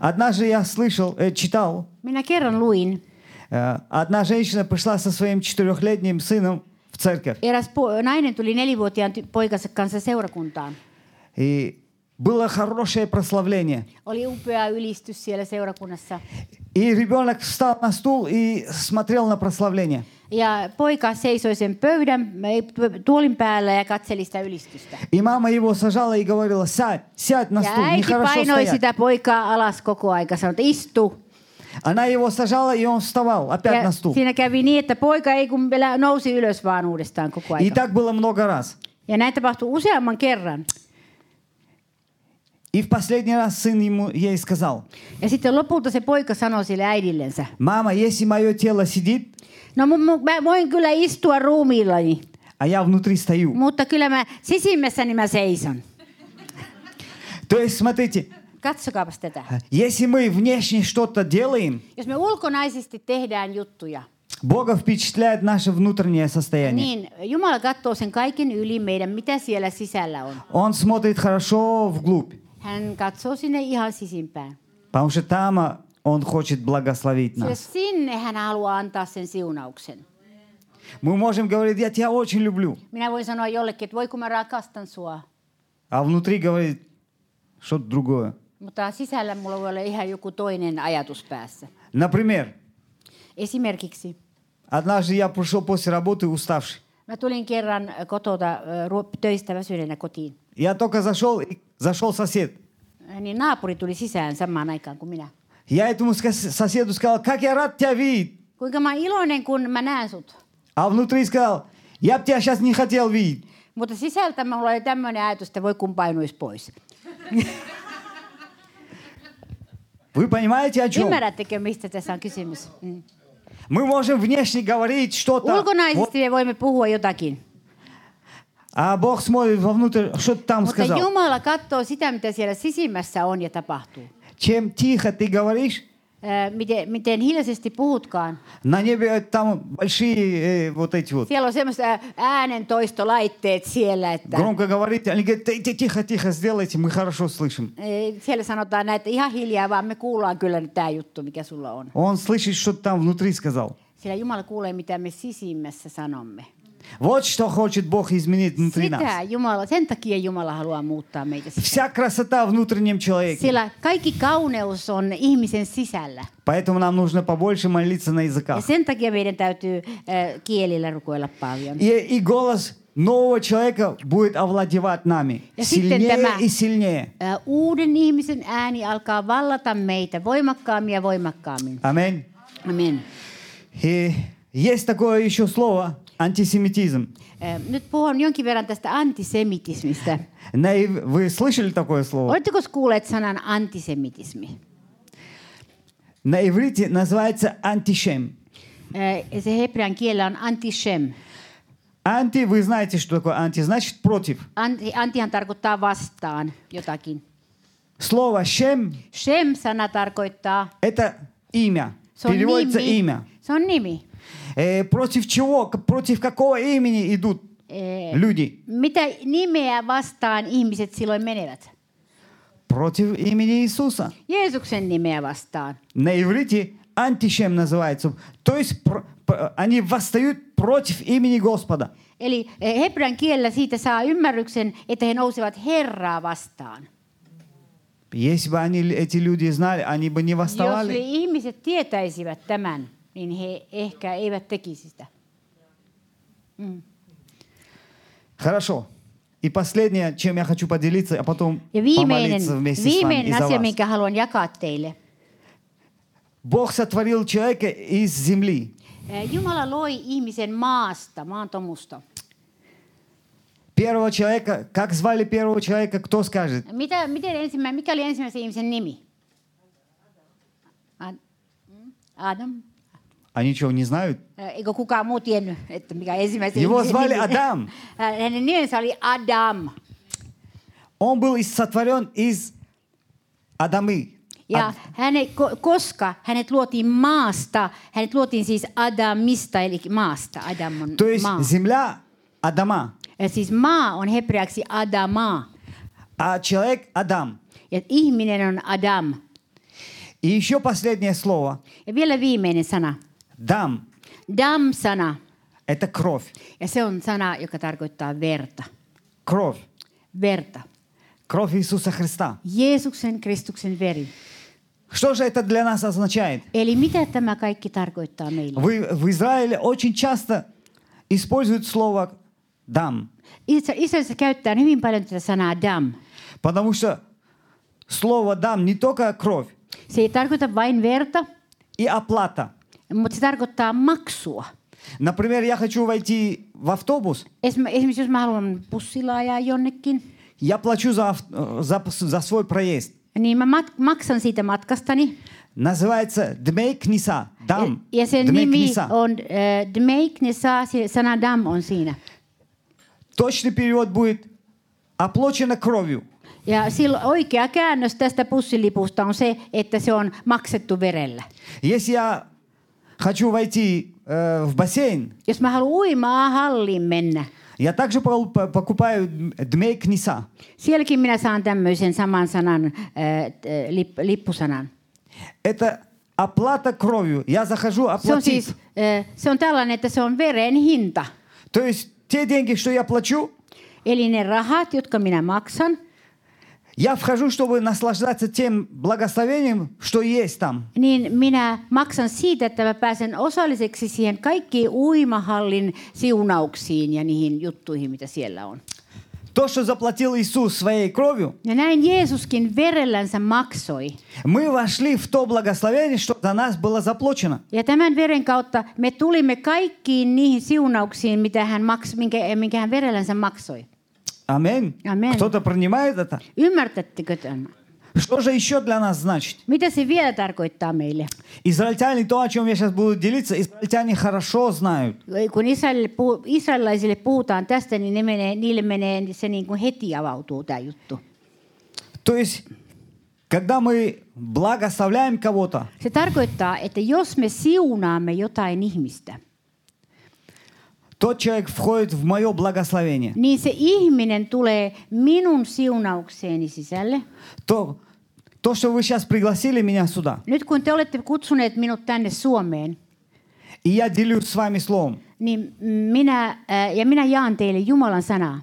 S1: Однажды я слышал, э, читал,
S2: Minä kerran luin,
S1: э, одна женщина пришла со своим четырехлетним сыном в церковь.
S2: eräs po- nainen tuli nelivuotiaan ty- poikansa kanssa seurakuntaan.
S1: И было хорошее прославление.
S2: Oli upea ylistys siellä seurakunnassa.
S1: И ребенок встал на стул и смотрел на прославление.
S2: Ja poika seisoi sen pöydän ei, tuolin päällä ja katseli sitä ylistystä.
S1: И мама его сажала и говорила, сядь, сядь на
S2: Ja
S1: стул,
S2: äiti
S1: нехорошо
S2: painoi
S1: стоять.
S2: sitä poikaa alas koko aika, sanoi, että istu.
S1: Она его сажала, и он вставал опять
S2: Ja
S1: на стул.
S2: siinä kävi niin, että poika ei kun elä- nousi ylös vaan uudestaan koko
S1: И
S2: aika.
S1: так было много раз.
S2: Ja näin tapahtui useamman kerran.
S1: И в последний раз сын ему, ей сказал,
S2: Ja sitten lopulta se poika sanoi sille äidillensä,
S1: мама, если мое тело сидит,
S2: no mu- mu- mä voin kyllä istua ruumiillani,
S1: а я внутри стою.
S2: mutta kyllä mä sisimmässäni mä seison.
S1: То есть, смотрите,
S2: Katsokaapas tätä.
S1: если мы внешне что-то делаем,
S2: Jos me ulkonaisesti tehdään juttuja,
S1: Бога впечатляет наше внутреннее состояние.
S2: niin Jumala katsoo sen kaiken yli meidän, mitä siellä sisällä on.
S1: Он смотрит хорошо вглубь,
S2: Hän katsoo sinne ihan sisimpään.
S1: потому что там а, Он хочет благословить
S2: Sillä
S1: нас.
S2: sinne hän haluaa antaa sen siunauksen.
S1: Мы можем говорить, я тебя очень люблю,
S2: Minä voin sanoa jollekin, että voi kun mä rakastan sua.
S1: а внутри говорит что-то другое.
S2: Mutta sisällä mulla voi olla ihan joku toinen ajatus päässä.
S1: Например,
S2: Esimerkiksi
S1: однажды я пришел после работы уставший.
S2: mä tulin kerran ö, kotota ö, ruo- töistä väsyneenä kotiin.
S1: Я только зашел, и зашел сосед.
S2: Ö, Niin naapuri tuli sisään samaan aikaan kuin minä.
S1: Я этому ска- соседу сказал, как я рад тебя видеть.
S2: Kuinka mä oon iloinen, kun mä näen sut.
S1: А внутри сказал, я бы тебя сейчас не хотел видеть.
S2: Mutta sisältä mulla oli tämmöinen ajatus, että voi kun painuisi pois.
S1: Вы понимаете, о чем?
S2: Ymmärrättekö, mistä tässä on kysymys? Mm.
S1: Мы можем внешне говорить что-то, вот,
S2: Ulkonaisesti me voimme puhua jotakin.
S1: а Бог смотрит вовнутрь, что ты там
S2: Mutta
S1: сказал.
S2: Jumala katsoo sitä, mitä siellä sisimmässä on ja tapahtuu.
S1: Чем тихо ты говоришь,
S2: Ö, Miten, miten hiljaisesti puhutkaan.
S1: на небе там большие э, вот эти вот.
S2: Siellä on semmoiset ää- äänentoistolaitteet siellä, että
S1: Громко говорить, они говорят, «Ти- ти- тихо, тихо, сделайте, мы хорошо слышим.
S2: Ei, siellä sanotaan näin, että ihan hiljaa, vaan me kuullaan kyllä nyt tämä juttu, mikä sulla on.
S1: Он слышит, что ты там внутри сказал.
S2: Sillä Jumala kuulee, mitä me sisimmässä sanomme.
S1: Вот что хочет Бог изменить внутри
S2: Sitä
S1: нас.
S2: Jumala, sen takia Jumala haluaa muuttaa meitä.
S1: Вся красота в внутреннем человеке.
S2: Sillä kaikki kauneus on ihmisen sisällä.
S1: Поэтому нам нужно побольше молиться на
S2: Ja
S1: языках.
S2: sen takia meidän täytyy äh, kielillä rukoilla paljon.
S1: И, и голос нового человека будет овладевать нами.
S2: Ja sitten
S1: сильнее
S2: tämä-
S1: и сильнее.
S2: Äh, uuden ihmisen ääni alkaa vallata meitä voimakkaammin ja voimakkaammin.
S1: Аминь.
S2: Amen.
S1: И есть такое еще слово – антисемитизм.
S2: Äh, nyt puhun jonkin verran tästä antisemitismistä.
S1: На ив- Вы слышали такое слово?
S2: Oletteko kuulleet sanan antisemitismi?
S1: На иврите называется антишем.
S2: Äh, Se hebrean kielellä on antishem.
S1: Анти, вы знаете, что такое анти, значит против.
S2: Anti, antihan tarkoittaa vastaan jotakin.
S1: Слово Шем
S2: Shem-sana tarkoittaa,
S1: – это имя.
S2: se on
S1: Переводится
S2: nimi.
S1: имя.
S2: Se on nimi.
S1: Э, против чего, к- против какого имени идут
S2: Ee,
S1: люди?
S2: Mitä nimeä vastaan ihmiset silloin menevät?
S1: Против имени Иисуса.
S2: Jeesuksen nimeä vastaan.
S1: На иврите антишем называется. То есть про- п- они восстают против имени Господа.
S2: Eli eh, hebrean kielellä siitä saa ymmärryksen, että he nousevat Herraa vastaan.
S1: Если бы они, эти люди знали, они бы не
S2: Jos
S1: восставали.
S2: ihmiset tietäisivät tämän, niin he ehkä eivät tekisi sitä.
S1: Хорошо. И последнее, чем я хочу поделиться, а потом
S2: Ja viimeinen,
S1: помолиться вместе с вами и
S2: viimeinen
S1: за
S2: asia,
S1: вас.
S2: minkä haluan jakaa teille.
S1: Бог сотворил человека из земли.
S2: Eh, Jumala loi ihmisen maasta, maantomusta.
S1: Первого человека, как звали первого человека, кто скажет?
S2: Mitä, miten ensimmä, mikä oli ensimmäisen ihmisen nimi? Ad- hmm? Adam.
S1: Они что, не знают?
S2: Eh, Eikö kukaan muu tiennyt, että mikä ensimmäisen
S1: Его
S2: ihmisen
S1: звали
S2: nimi?
S1: Адам.
S2: Eh, Hänen nimensä oli Adam.
S1: Он был из- сотворен из Адамы.
S2: Ja
S1: Ад-
S2: häne, ko- koska hänet luotiin maasta, hänet luotiin siis Adamista, eli maasta. Adam on
S1: То есть
S2: maa.
S1: земля Адама,
S2: Ja siis maa on hebreaksi Adama.
S1: а человек Адам.
S2: Ja ihminen on Adam.
S1: И еще последнее слово.
S2: Ja vielä viimeinen sana.
S1: Дам
S2: Dam-sana.
S1: – это кровь.
S2: Ja se on sana, joka tarkoittaa verta.
S1: Кровь.
S2: Verta.
S1: Кровь Иисуса Христа.
S2: Jeesuksen Kristuksen veri.
S1: Что же это для нас означает?
S2: Eli mitä tämä kaikki tarkoittaa meille?
S1: Вы, в Израиле очень часто используют слово «дам»,
S2: Isä- Israelissa käyttää hyvin paljon tätä sanaa dam.
S1: потому что слово «дам» не только кровь,
S2: Se ei tarkoita vain verta,
S1: и оплата.
S2: mutta se tarkoittaa maksua.
S1: Например, я хочу войти в автобус,
S2: Esim- Esimerkiksi jos mä haluan bussilla ajaa jonnekin,
S1: я плачу за, ав- э, за, пс- за свой проезд.
S2: niin mä mat- maksan siitä matkastani.
S1: Называется «дмей книса», «дам»,
S2: Ja sen
S1: «дмей
S2: nimi
S1: книса».
S2: on äh, Dmeik Nesa, se sana dam on siinä.
S1: Точный перевод будет «оплачено кровью».
S2: Ja silloin oikea käännös tästä bussilipusta on se, että se on maksettu verellä.
S1: Если я хочу войти э, в бассейн,
S2: Jos mä haluan uimaa halliin mennä,
S1: я также пол- по- покупаю дм- «дмей книса».
S2: sielläkin minä saan tämmöisen saman sanan, äh, t- äh, lip, lippusanan.
S1: Это оплата кровью. Я захожу
S2: Se on,
S1: оплатить.
S2: siis, äh, se on tällainen, että se on veren hinta.
S1: То есть те деньги, что я плачу,
S2: Eli ne rahat, jotka minä maksan,
S1: я вхожу, чтобы наслаждаться тем благословением, что есть там.
S2: niin minä maksan siitä, että mä pääsen osalliseksi siihen kaikkiin uimahallin siunauksiin ja niihin juttuihin, mitä siellä on.
S1: То, что заплатил Иисус своей кровью,
S2: Ja näin Jeesuskin verellänsä maksoi.
S1: мы вошли в то благословение, что за нас было заплачено.
S2: Ja tämän veren kautta me tulimme kaikkiin niihin siunauksiin, mitä hän maks, minkä, minkä hän verellänsä maksoi.
S1: Аминь.
S2: Аминь.
S1: Кто-то принимает это?
S2: Ymmärtättekö tämän?
S1: Что же еще для нас значит?
S2: Mitä se vielä tarkoittaa meille?
S1: Израильтяне, то, о чем я сейчас буду делиться, израильтяне хорошо знают.
S2: Kun Israelille puhu, israelilaisille puhutaan tästä, niin ne menee, niille menee se niin kuin heti avautuu tämä juttu.
S1: То есть, когда мы благословляем кого-то,
S2: Se tarkoittaa, että jos me siunaamme jotain ihmistä,
S1: тот человек входит в мое благословение.
S2: niin se ihminen tulee minun siunaukseeni sisälle.
S1: То, то, что вы сейчас пригласили меня сюда,
S2: Nyt kun te olette kutsuneet minut tänne Suomeen,
S1: и я делюсь с вами словом,
S2: niin minä, ää, ja minä jaan teille Jumalan sanaa.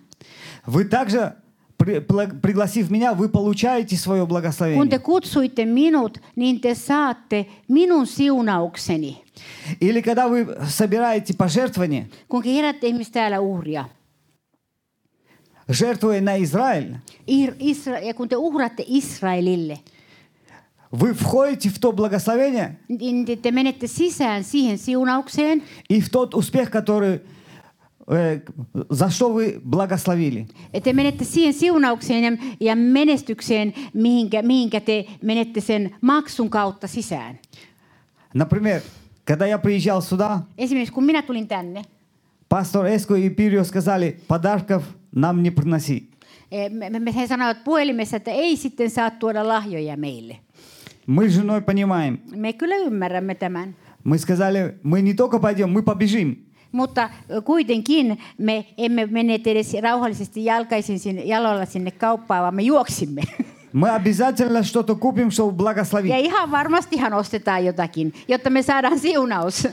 S1: вы также, при- пла- пригласив меня, вы получаете свое
S2: Kun te
S1: благословение.
S2: kutsuitte minut, niin te saatte minun siunaukseni.
S1: Или когда вы собираете пожертвования,
S2: Kun kerätte ihmiset täällä uhria,
S1: жертвуя на Израиль,
S2: Ir- Isra- ja kun te uhraatte Israelille,
S1: вы входите в то благословение
S2: niin te- te menette sisään siihen siunaukseen
S1: и в тот успех, который, э, за что вы благословили.
S2: Ja Te menette siihen siunaukseen ja, ja menestykseen, mihinkä, mihinkä te menette sen maksun kautta sisään.
S1: Например, когда я приезжал сюда,
S2: Esimerkiksi kun minä tulin tänne,
S1: пастор Эско и Пирио сказали, подарков нам не приноси.
S2: Eh, me- me- He sanoivat puhelimessa, että ei sitten saa tuoda lahjoja meille.
S1: Мы с женой понимаем.
S2: Me kyllä ymmärrämme tämän.
S1: Мы сказали, мы не только пойдем, мы побежим.
S2: Mutta kuitenkin me emme menneet edes rauhallisesti jalkaisin sinne, jaloilla sinne kauppaan, vaan me juoksimme.
S1: Мы обязательно что-то купим, чтобы благословить.
S2: Ja ihan varmastihan ostetaan jotakin, jotta me saadaan siunaus.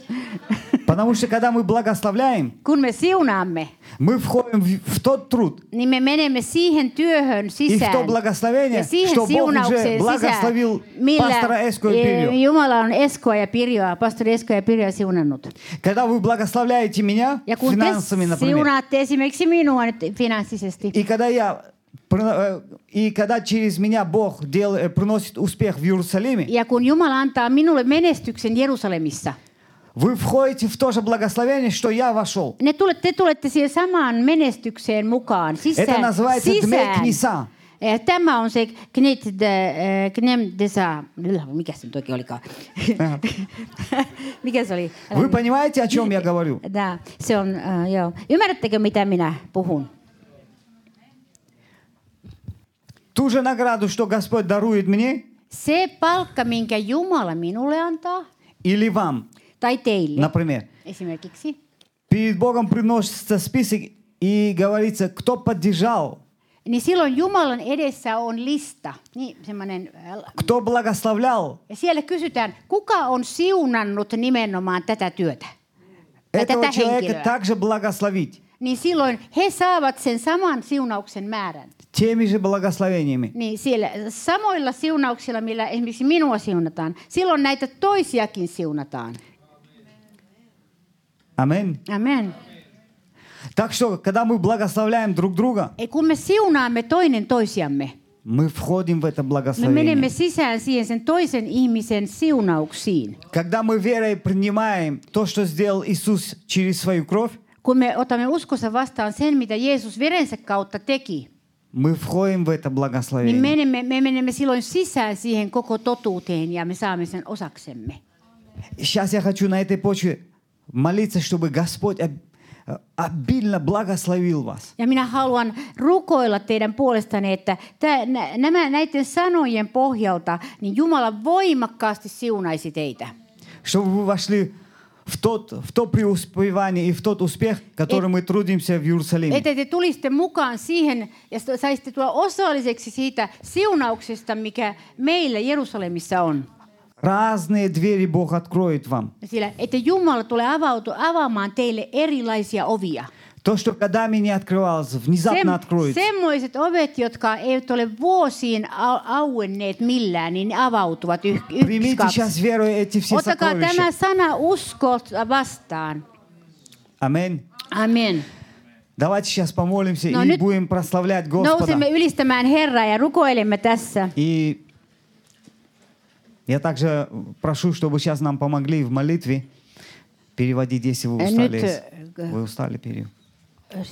S1: Потому что когда мы благословляем,
S2: Kun me siunaamme,
S1: мы входим в, в тот труд
S2: niin me menemme siihen työhön
S1: и в то
S2: sisään.
S1: благословение,
S2: Ja siihen
S1: что Бог уже
S2: siunaukseen sisään,
S1: благословил пастора
S2: millä
S1: Эску и Пирю.
S2: eh, Jumala on Eskoa ja Pirjoa, pastori Eskoa ja Pirjoa siunannut.
S1: Когда вы благословляете меня
S2: Ja kun
S1: финансами,
S2: te
S1: например,
S2: siunaatte esimerkiksi minua nyt finanssisesti,
S1: и когда я пр- э, и когда через меня Бог дел, э, приносит успех в Иерусалиме,
S2: ja kun Jumala antaa minulle menestyksen Jerusalemissa,
S1: вы входите в то же благословение, что я вошел.
S2: ne tule, te tulette siihen samaan menestykseen mukaan,
S1: Это
S2: sisään.
S1: называется дмей
S2: sisään.
S1: книса.
S2: Eh, Tämä on se knit de, eh, knem de sa, mikä se nyt oikein olikaan? mikä se oli? Älä
S1: Вы понимаете, о чем я говорю?
S2: Tää, se on, äh, joo. Ymmärrättekö, mitä minä puhun?
S1: Ту же награду, что Господь дарует мне
S2: Se palkka, minkä Jumala minulle antaa,
S1: или вам,
S2: tai teille no.
S1: например.
S2: esimerkiksi,
S1: Перед Богом приносится список и говорится, кто поддержал,
S2: niin silloin Jumalan edessä on lista. Niin, semmoinen, äh,
S1: кто благословлял.
S2: ja siellä kysytään, kuka on siunannut nimenomaan tätä työtä? Tai tätä
S1: Этого человека
S2: henkilöä.
S1: также благословить
S2: Niin silloin he saavat sen saman siunauksen määrän.
S1: теми же благословениями.
S2: Niin siellä samoilla siunauksilla, millä esimerkiksi minua siunataan, silloin näitä toisiakin siunataan.
S1: Аминь.
S2: Amen.
S1: Так что, когда мы благословляем друг друга,
S2: Ei, kun me siunaamme toinen toisiamme,
S1: мы входим в это
S2: me menemme
S1: благословение.
S2: sisään siihen sen toisen ihmisen siunauksiin.
S1: Когда мы верой принимаем то, что сделал Иисус через свою кровь,
S2: Kun me otamme uskossa vastaan sen, mitä Jeesus verensä kautta teki,
S1: мы vходим в это
S2: niin
S1: благословение.
S2: menemme, me menemme silloin sisään siihen koko totuuteen ja me saamme sen osaksemme.
S1: Сейчас я хочу на этой почве молиться, чтобы Господь об- э, обильно благословил вас.
S2: Ja minä haluan rukoilla teidän puolestanne, että tä, nä, nämä, näiden sanojen pohjalta niin Jumala voimakkaasti siunaisi teitä.
S1: Чтобы вы вошли в, тот, в то преуспевание и в тот успех, который мы трудимся в Иерусалиме.
S2: Että te tulisitte mukaan siihen ja sa- saisitte tulla osalliseksi siitä siunauksesta, mikä meillä Jerusalemissa on.
S1: Разные двери Бог откроет вам.
S2: Sillä, että Jumala tulee avautu, avaamaan teille erilaisia ovia.
S1: То, что годами не открывалось, внезапно откроется.
S2: semmoiset ovet, jotka eivät ole vuosiin au, auenneet millään, niin ne avautuvat yh, yksi,
S1: Примите
S2: kaksi.
S1: сейчас верой эти все
S2: Ottakaa tämä
S1: сокровища.
S2: sana usko vastaan.
S1: Аминь.
S2: Amen.
S1: Давайте сейчас помолимся
S2: Но
S1: и
S2: нет-
S1: будем прославлять Господа.
S2: Nousemme ylistämään Herraa ja rukoilemme tässä.
S1: И я также прошу, чтобы сейчас нам помогли в молитве переводить, если вы
S2: Э,
S1: устали.
S2: нет,
S1: если
S2: э,
S1: Вы устали, пере-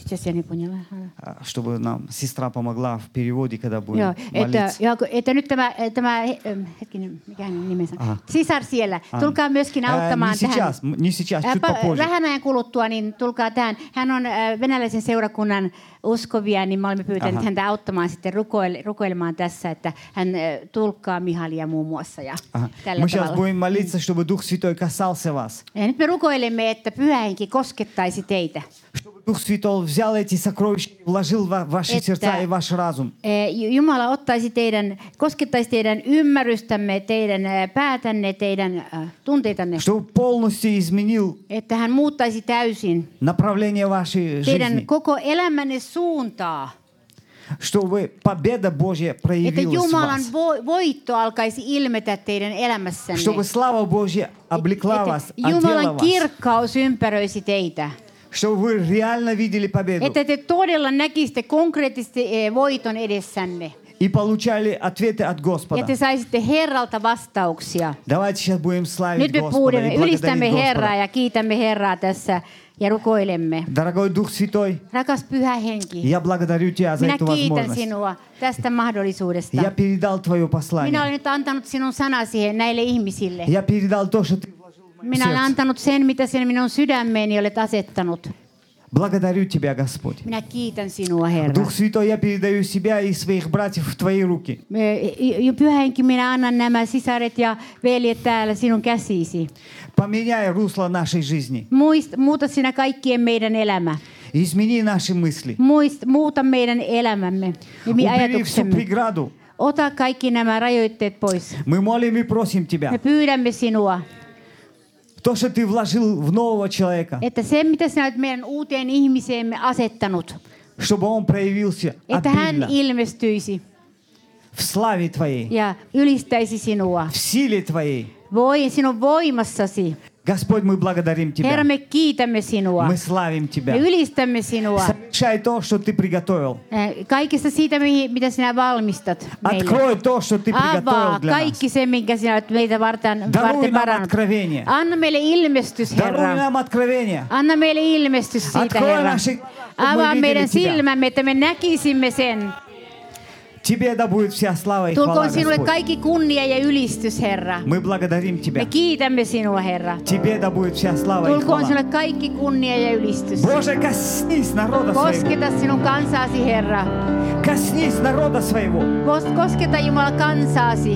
S2: Сейчас я не поняла.
S1: а, чтобы нам сестра помогла в переводе, когда
S2: Joo,
S1: будем
S2: että,
S1: молиться.
S2: joo, että nyt tämä, tämä ähm, hetkinen, mikä hänen nimensä
S1: Aha.
S2: on? Sisar siellä,
S1: Anna.
S2: tulkaa myöskin
S1: Ää, niin siis
S2: auttamaan
S1: Э, не
S2: tähän.
S1: сейчас, м- не сейчас,
S2: Ää,
S1: чуть
S2: pa-
S1: попозже.
S2: Vähän ajan kuluttua, niin tulkaa tähän. Hän on äh, venäläisen seurakunnan uskovia, niin me olemme pyytäneet
S1: Aha.
S2: häntä auttamaan sitten rukoile- rukoilemaan tässä, että hän äh, tulkkaa Mihalia muun muassa ja
S1: Ага.
S2: tällä
S1: Мы сейчас
S2: tavalla.
S1: будем молиться, чтобы Дух Святой касался вас.
S2: Ja nyt me rukoilemme, että pyhä henki koskettaisi teitä.
S1: Чтобы Дух Святой взял эти сокровища и вложил во ваши
S2: Это-
S1: сердца и ваш разум.
S2: Ee, Ju- Jumala ottaisi teidän, koskettaisi teidän ymmärrystämme, teidän äh, päätänne, teidän äh, tunteitanne.
S1: Чтобы полностью изменил
S2: Että hän muuttaisi täysin
S1: направление вашей
S2: teidän
S1: жизни.
S2: koko elämänne suuntaa.
S1: Чтобы победа Божья
S2: Että
S1: проявилась в
S2: Jumalan
S1: вас.
S2: vo- voitto alkaisi ilmetä teidän elämässänne.
S1: чтобы слава Божья облекла вас,
S2: Että
S1: одела
S2: Jumalan
S1: вас,
S2: kirkkaus ympäröisi teitä.
S1: чтобы вы реально видели победу
S2: Että te todella näkisitte konkreettisesti eh, voiton edessänne.
S1: и получали ответы от
S2: Ja
S1: Господа.
S2: te saisitte Herralta vastauksia.
S1: Давайте сейчас будем
S2: Nyt
S1: славить
S2: me
S1: Господа
S2: puudemme,
S1: и
S2: ylistämme
S1: благодарить
S2: Herraa
S1: Господа.
S2: ja kiitämme Herraa tässä ja rukoilemme.
S1: Дорогой Дух Святой,
S2: Rakas Pyhä Henki,
S1: я благодарю Тебя за
S2: minä
S1: эту
S2: kiitän
S1: возможность.
S2: sinua tästä mahdollisuudesta.
S1: Я передал Твое
S2: Minä
S1: послание.
S2: olen nyt antanut sinun sanasi näille ihmisille.
S1: Я передал то, что Ты вложил в мое
S2: Minä olen
S1: сердце.
S2: antanut sen, mitä sinä minun sydämeeni olet asettanut.
S1: Благодарю Тебя, Господь.
S2: Minä kiitän sinua, Herra.
S1: Дух Святой, я передаю себя и своих братьев в Твои руки.
S2: Me- i- i- Pyhä henki, minä annan nämä sisaret ja veljet täällä sinun käsisi.
S1: Поменяй русло нашей жизни.
S2: Muist, muuta sinä kaikkien meidän elämä.
S1: Измени наши мысли.
S2: Muist, muuta meidän elämämme ja mi-
S1: Убери всю
S2: ajatuksemme.
S1: преграду.
S2: Ota kaikki nämä rajoitteet pois.
S1: Мы молим и просим
S2: Me
S1: Тебя.
S2: pyydämme sinua,
S1: То, что Ты вложил в нового человека,
S2: että se mitä sinä olet meidän uuteen ihmiseemme asettanut,
S1: чтобы он проявился
S2: että hän
S1: обильно
S2: ilmestyisi
S1: в славе Твоей,
S2: ja ylistäisi sinua.
S1: в силе Твоей.
S2: Voi, sinun voimassasi.
S1: Господь, мы благодарим Тебя.
S2: Herra, me kiitämme sinua.
S1: Мы славим Тебя.
S2: Me ylistämme sinua.
S1: Совершай то, что Ты приготовил.
S2: Eh, Kaikesta siitä, mihin- mitä sinä valmistat meille.
S1: Открой то, что Ты приготовил
S2: Avaa
S1: для нас.
S2: kaikki se, minkä sinä olet meitä varten,
S1: Даруй
S2: varten
S1: нам
S2: varannut.
S1: откровение.
S2: Anna meille ilmestys,
S1: Даруй
S2: Herra.
S1: нам откровение.
S2: Anna meille ilmestys siitä,
S1: Открой
S2: Herra.
S1: наши глаза, чтобы
S2: Avaa
S1: мы
S2: meidän
S1: видели тебя.
S2: silmämme, että me näkisimme sen.
S1: Тебе да будет вся слава и хвала,
S2: Tulkoon sinulle
S1: Господь.
S2: kaikki kunnia ja ylistys, Herra.
S1: Мы благодарим
S2: Me
S1: Тебя.
S2: kiitämme sinua, Herra.
S1: Тебе да будет вся слава и
S2: Tulkoon sinulle
S1: хвала.
S2: kaikki kunnia ja ylistys.
S1: Боже, коснись народа своего.
S2: Kosketa sinun kansaasi, Herra.
S1: Коснись народа своего,
S2: Kos- Kosketa Jumala kansaasi,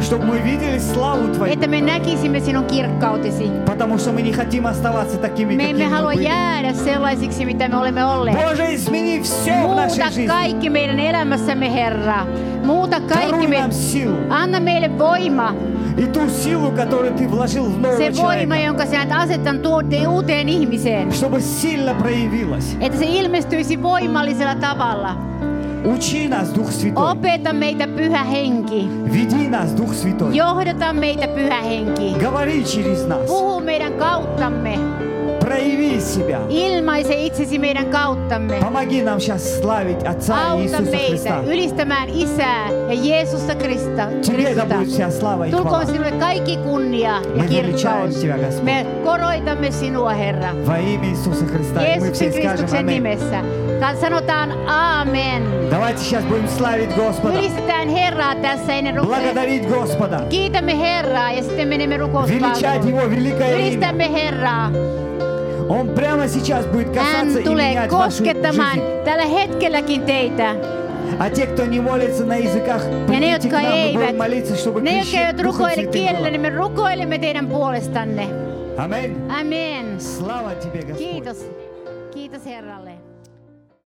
S1: чтобы мы видели славу Твою.
S2: että me näkisimme sinun kirkkautesi.
S1: Потому что мы не хотим оставаться такими,
S2: Me emme
S1: какими мы
S2: halua
S1: были.
S2: jäädä sellaisiksi, mitä me olemme olleet.
S1: Боже, измени все в нашей
S2: Muuta
S1: жизни.
S2: kaikki meidän elämässämme, Herra. Muuta kaikki
S1: Даруй
S2: me...
S1: нам силу.
S2: Anna meille voima.
S1: И ту силу, которую Ты вложил в нового
S2: Se voima,
S1: человека,
S2: jonka sinä olet asettanut tuoteen uuteen ihmiseen.
S1: чтобы сильно проявилась.
S2: Että se ilmestyisi voimallisella tavalla.
S1: Учи нас, Дух Святой.
S2: Opeta meitä, Pyhä Henki.
S1: Веди нас, Дух Святой.
S2: Johdata meitä, Pyhä Henki.
S1: Говори через нас.
S2: Puhu meidän kauttamme.
S1: Прояви себя.
S2: Ilmaise itsesi meidän kauttamme.
S1: Помоги нам сейчас славить Отца
S2: Auta
S1: Иисуса
S2: meitä
S1: Христа.
S2: ylistämään Isää ja Jeesusta Krista,
S1: Тебе да
S2: Kristusta.
S1: будет вся слава и
S2: Tulkoon
S1: хвала.
S2: sinulle kaikki kunnia ja
S1: Me
S2: kirkkaus.
S1: величаем Тебя, Господь.
S2: Me koroitamme sinua, Herra.
S1: Во имя Иисуса Христа. И мы все
S2: Jeesuksen
S1: скажем
S2: Kristuksen
S1: Аминь.
S2: nimessä. Ka- Sanotaan aamen.
S1: Давайте сейчас будем славить Господа.
S2: Ylistetään Herraa tässä ennen rukousta.
S1: Благодарить Господа.
S2: Kiitämme Herraa ja sitten menemme
S1: Величать Его
S2: rukouspalveluun.
S1: великое имя.
S2: Ylistämme Herraa.
S1: Он прямо сейчас будет
S2: Hän
S1: касаться и
S2: tulee
S1: менять вашу
S2: koskettamaan
S1: жизнь.
S2: tällä hetkelläkin teitä.
S1: А те, кто не молится на языках,
S2: Ja ne,
S1: придите к
S2: jotka
S1: нам, мы
S2: eivät,
S1: будем молиться, чтобы
S2: ne, jotka
S1: крещение
S2: eivät
S1: Духом
S2: rukoile
S1: Святым
S2: kielellä,
S1: было.
S2: niin me rukoilemme teidän puolestanne.
S1: Аминь.
S2: Amen.
S1: Слава Тебе, Господь.
S2: Kiitos. Kiitos Herralle.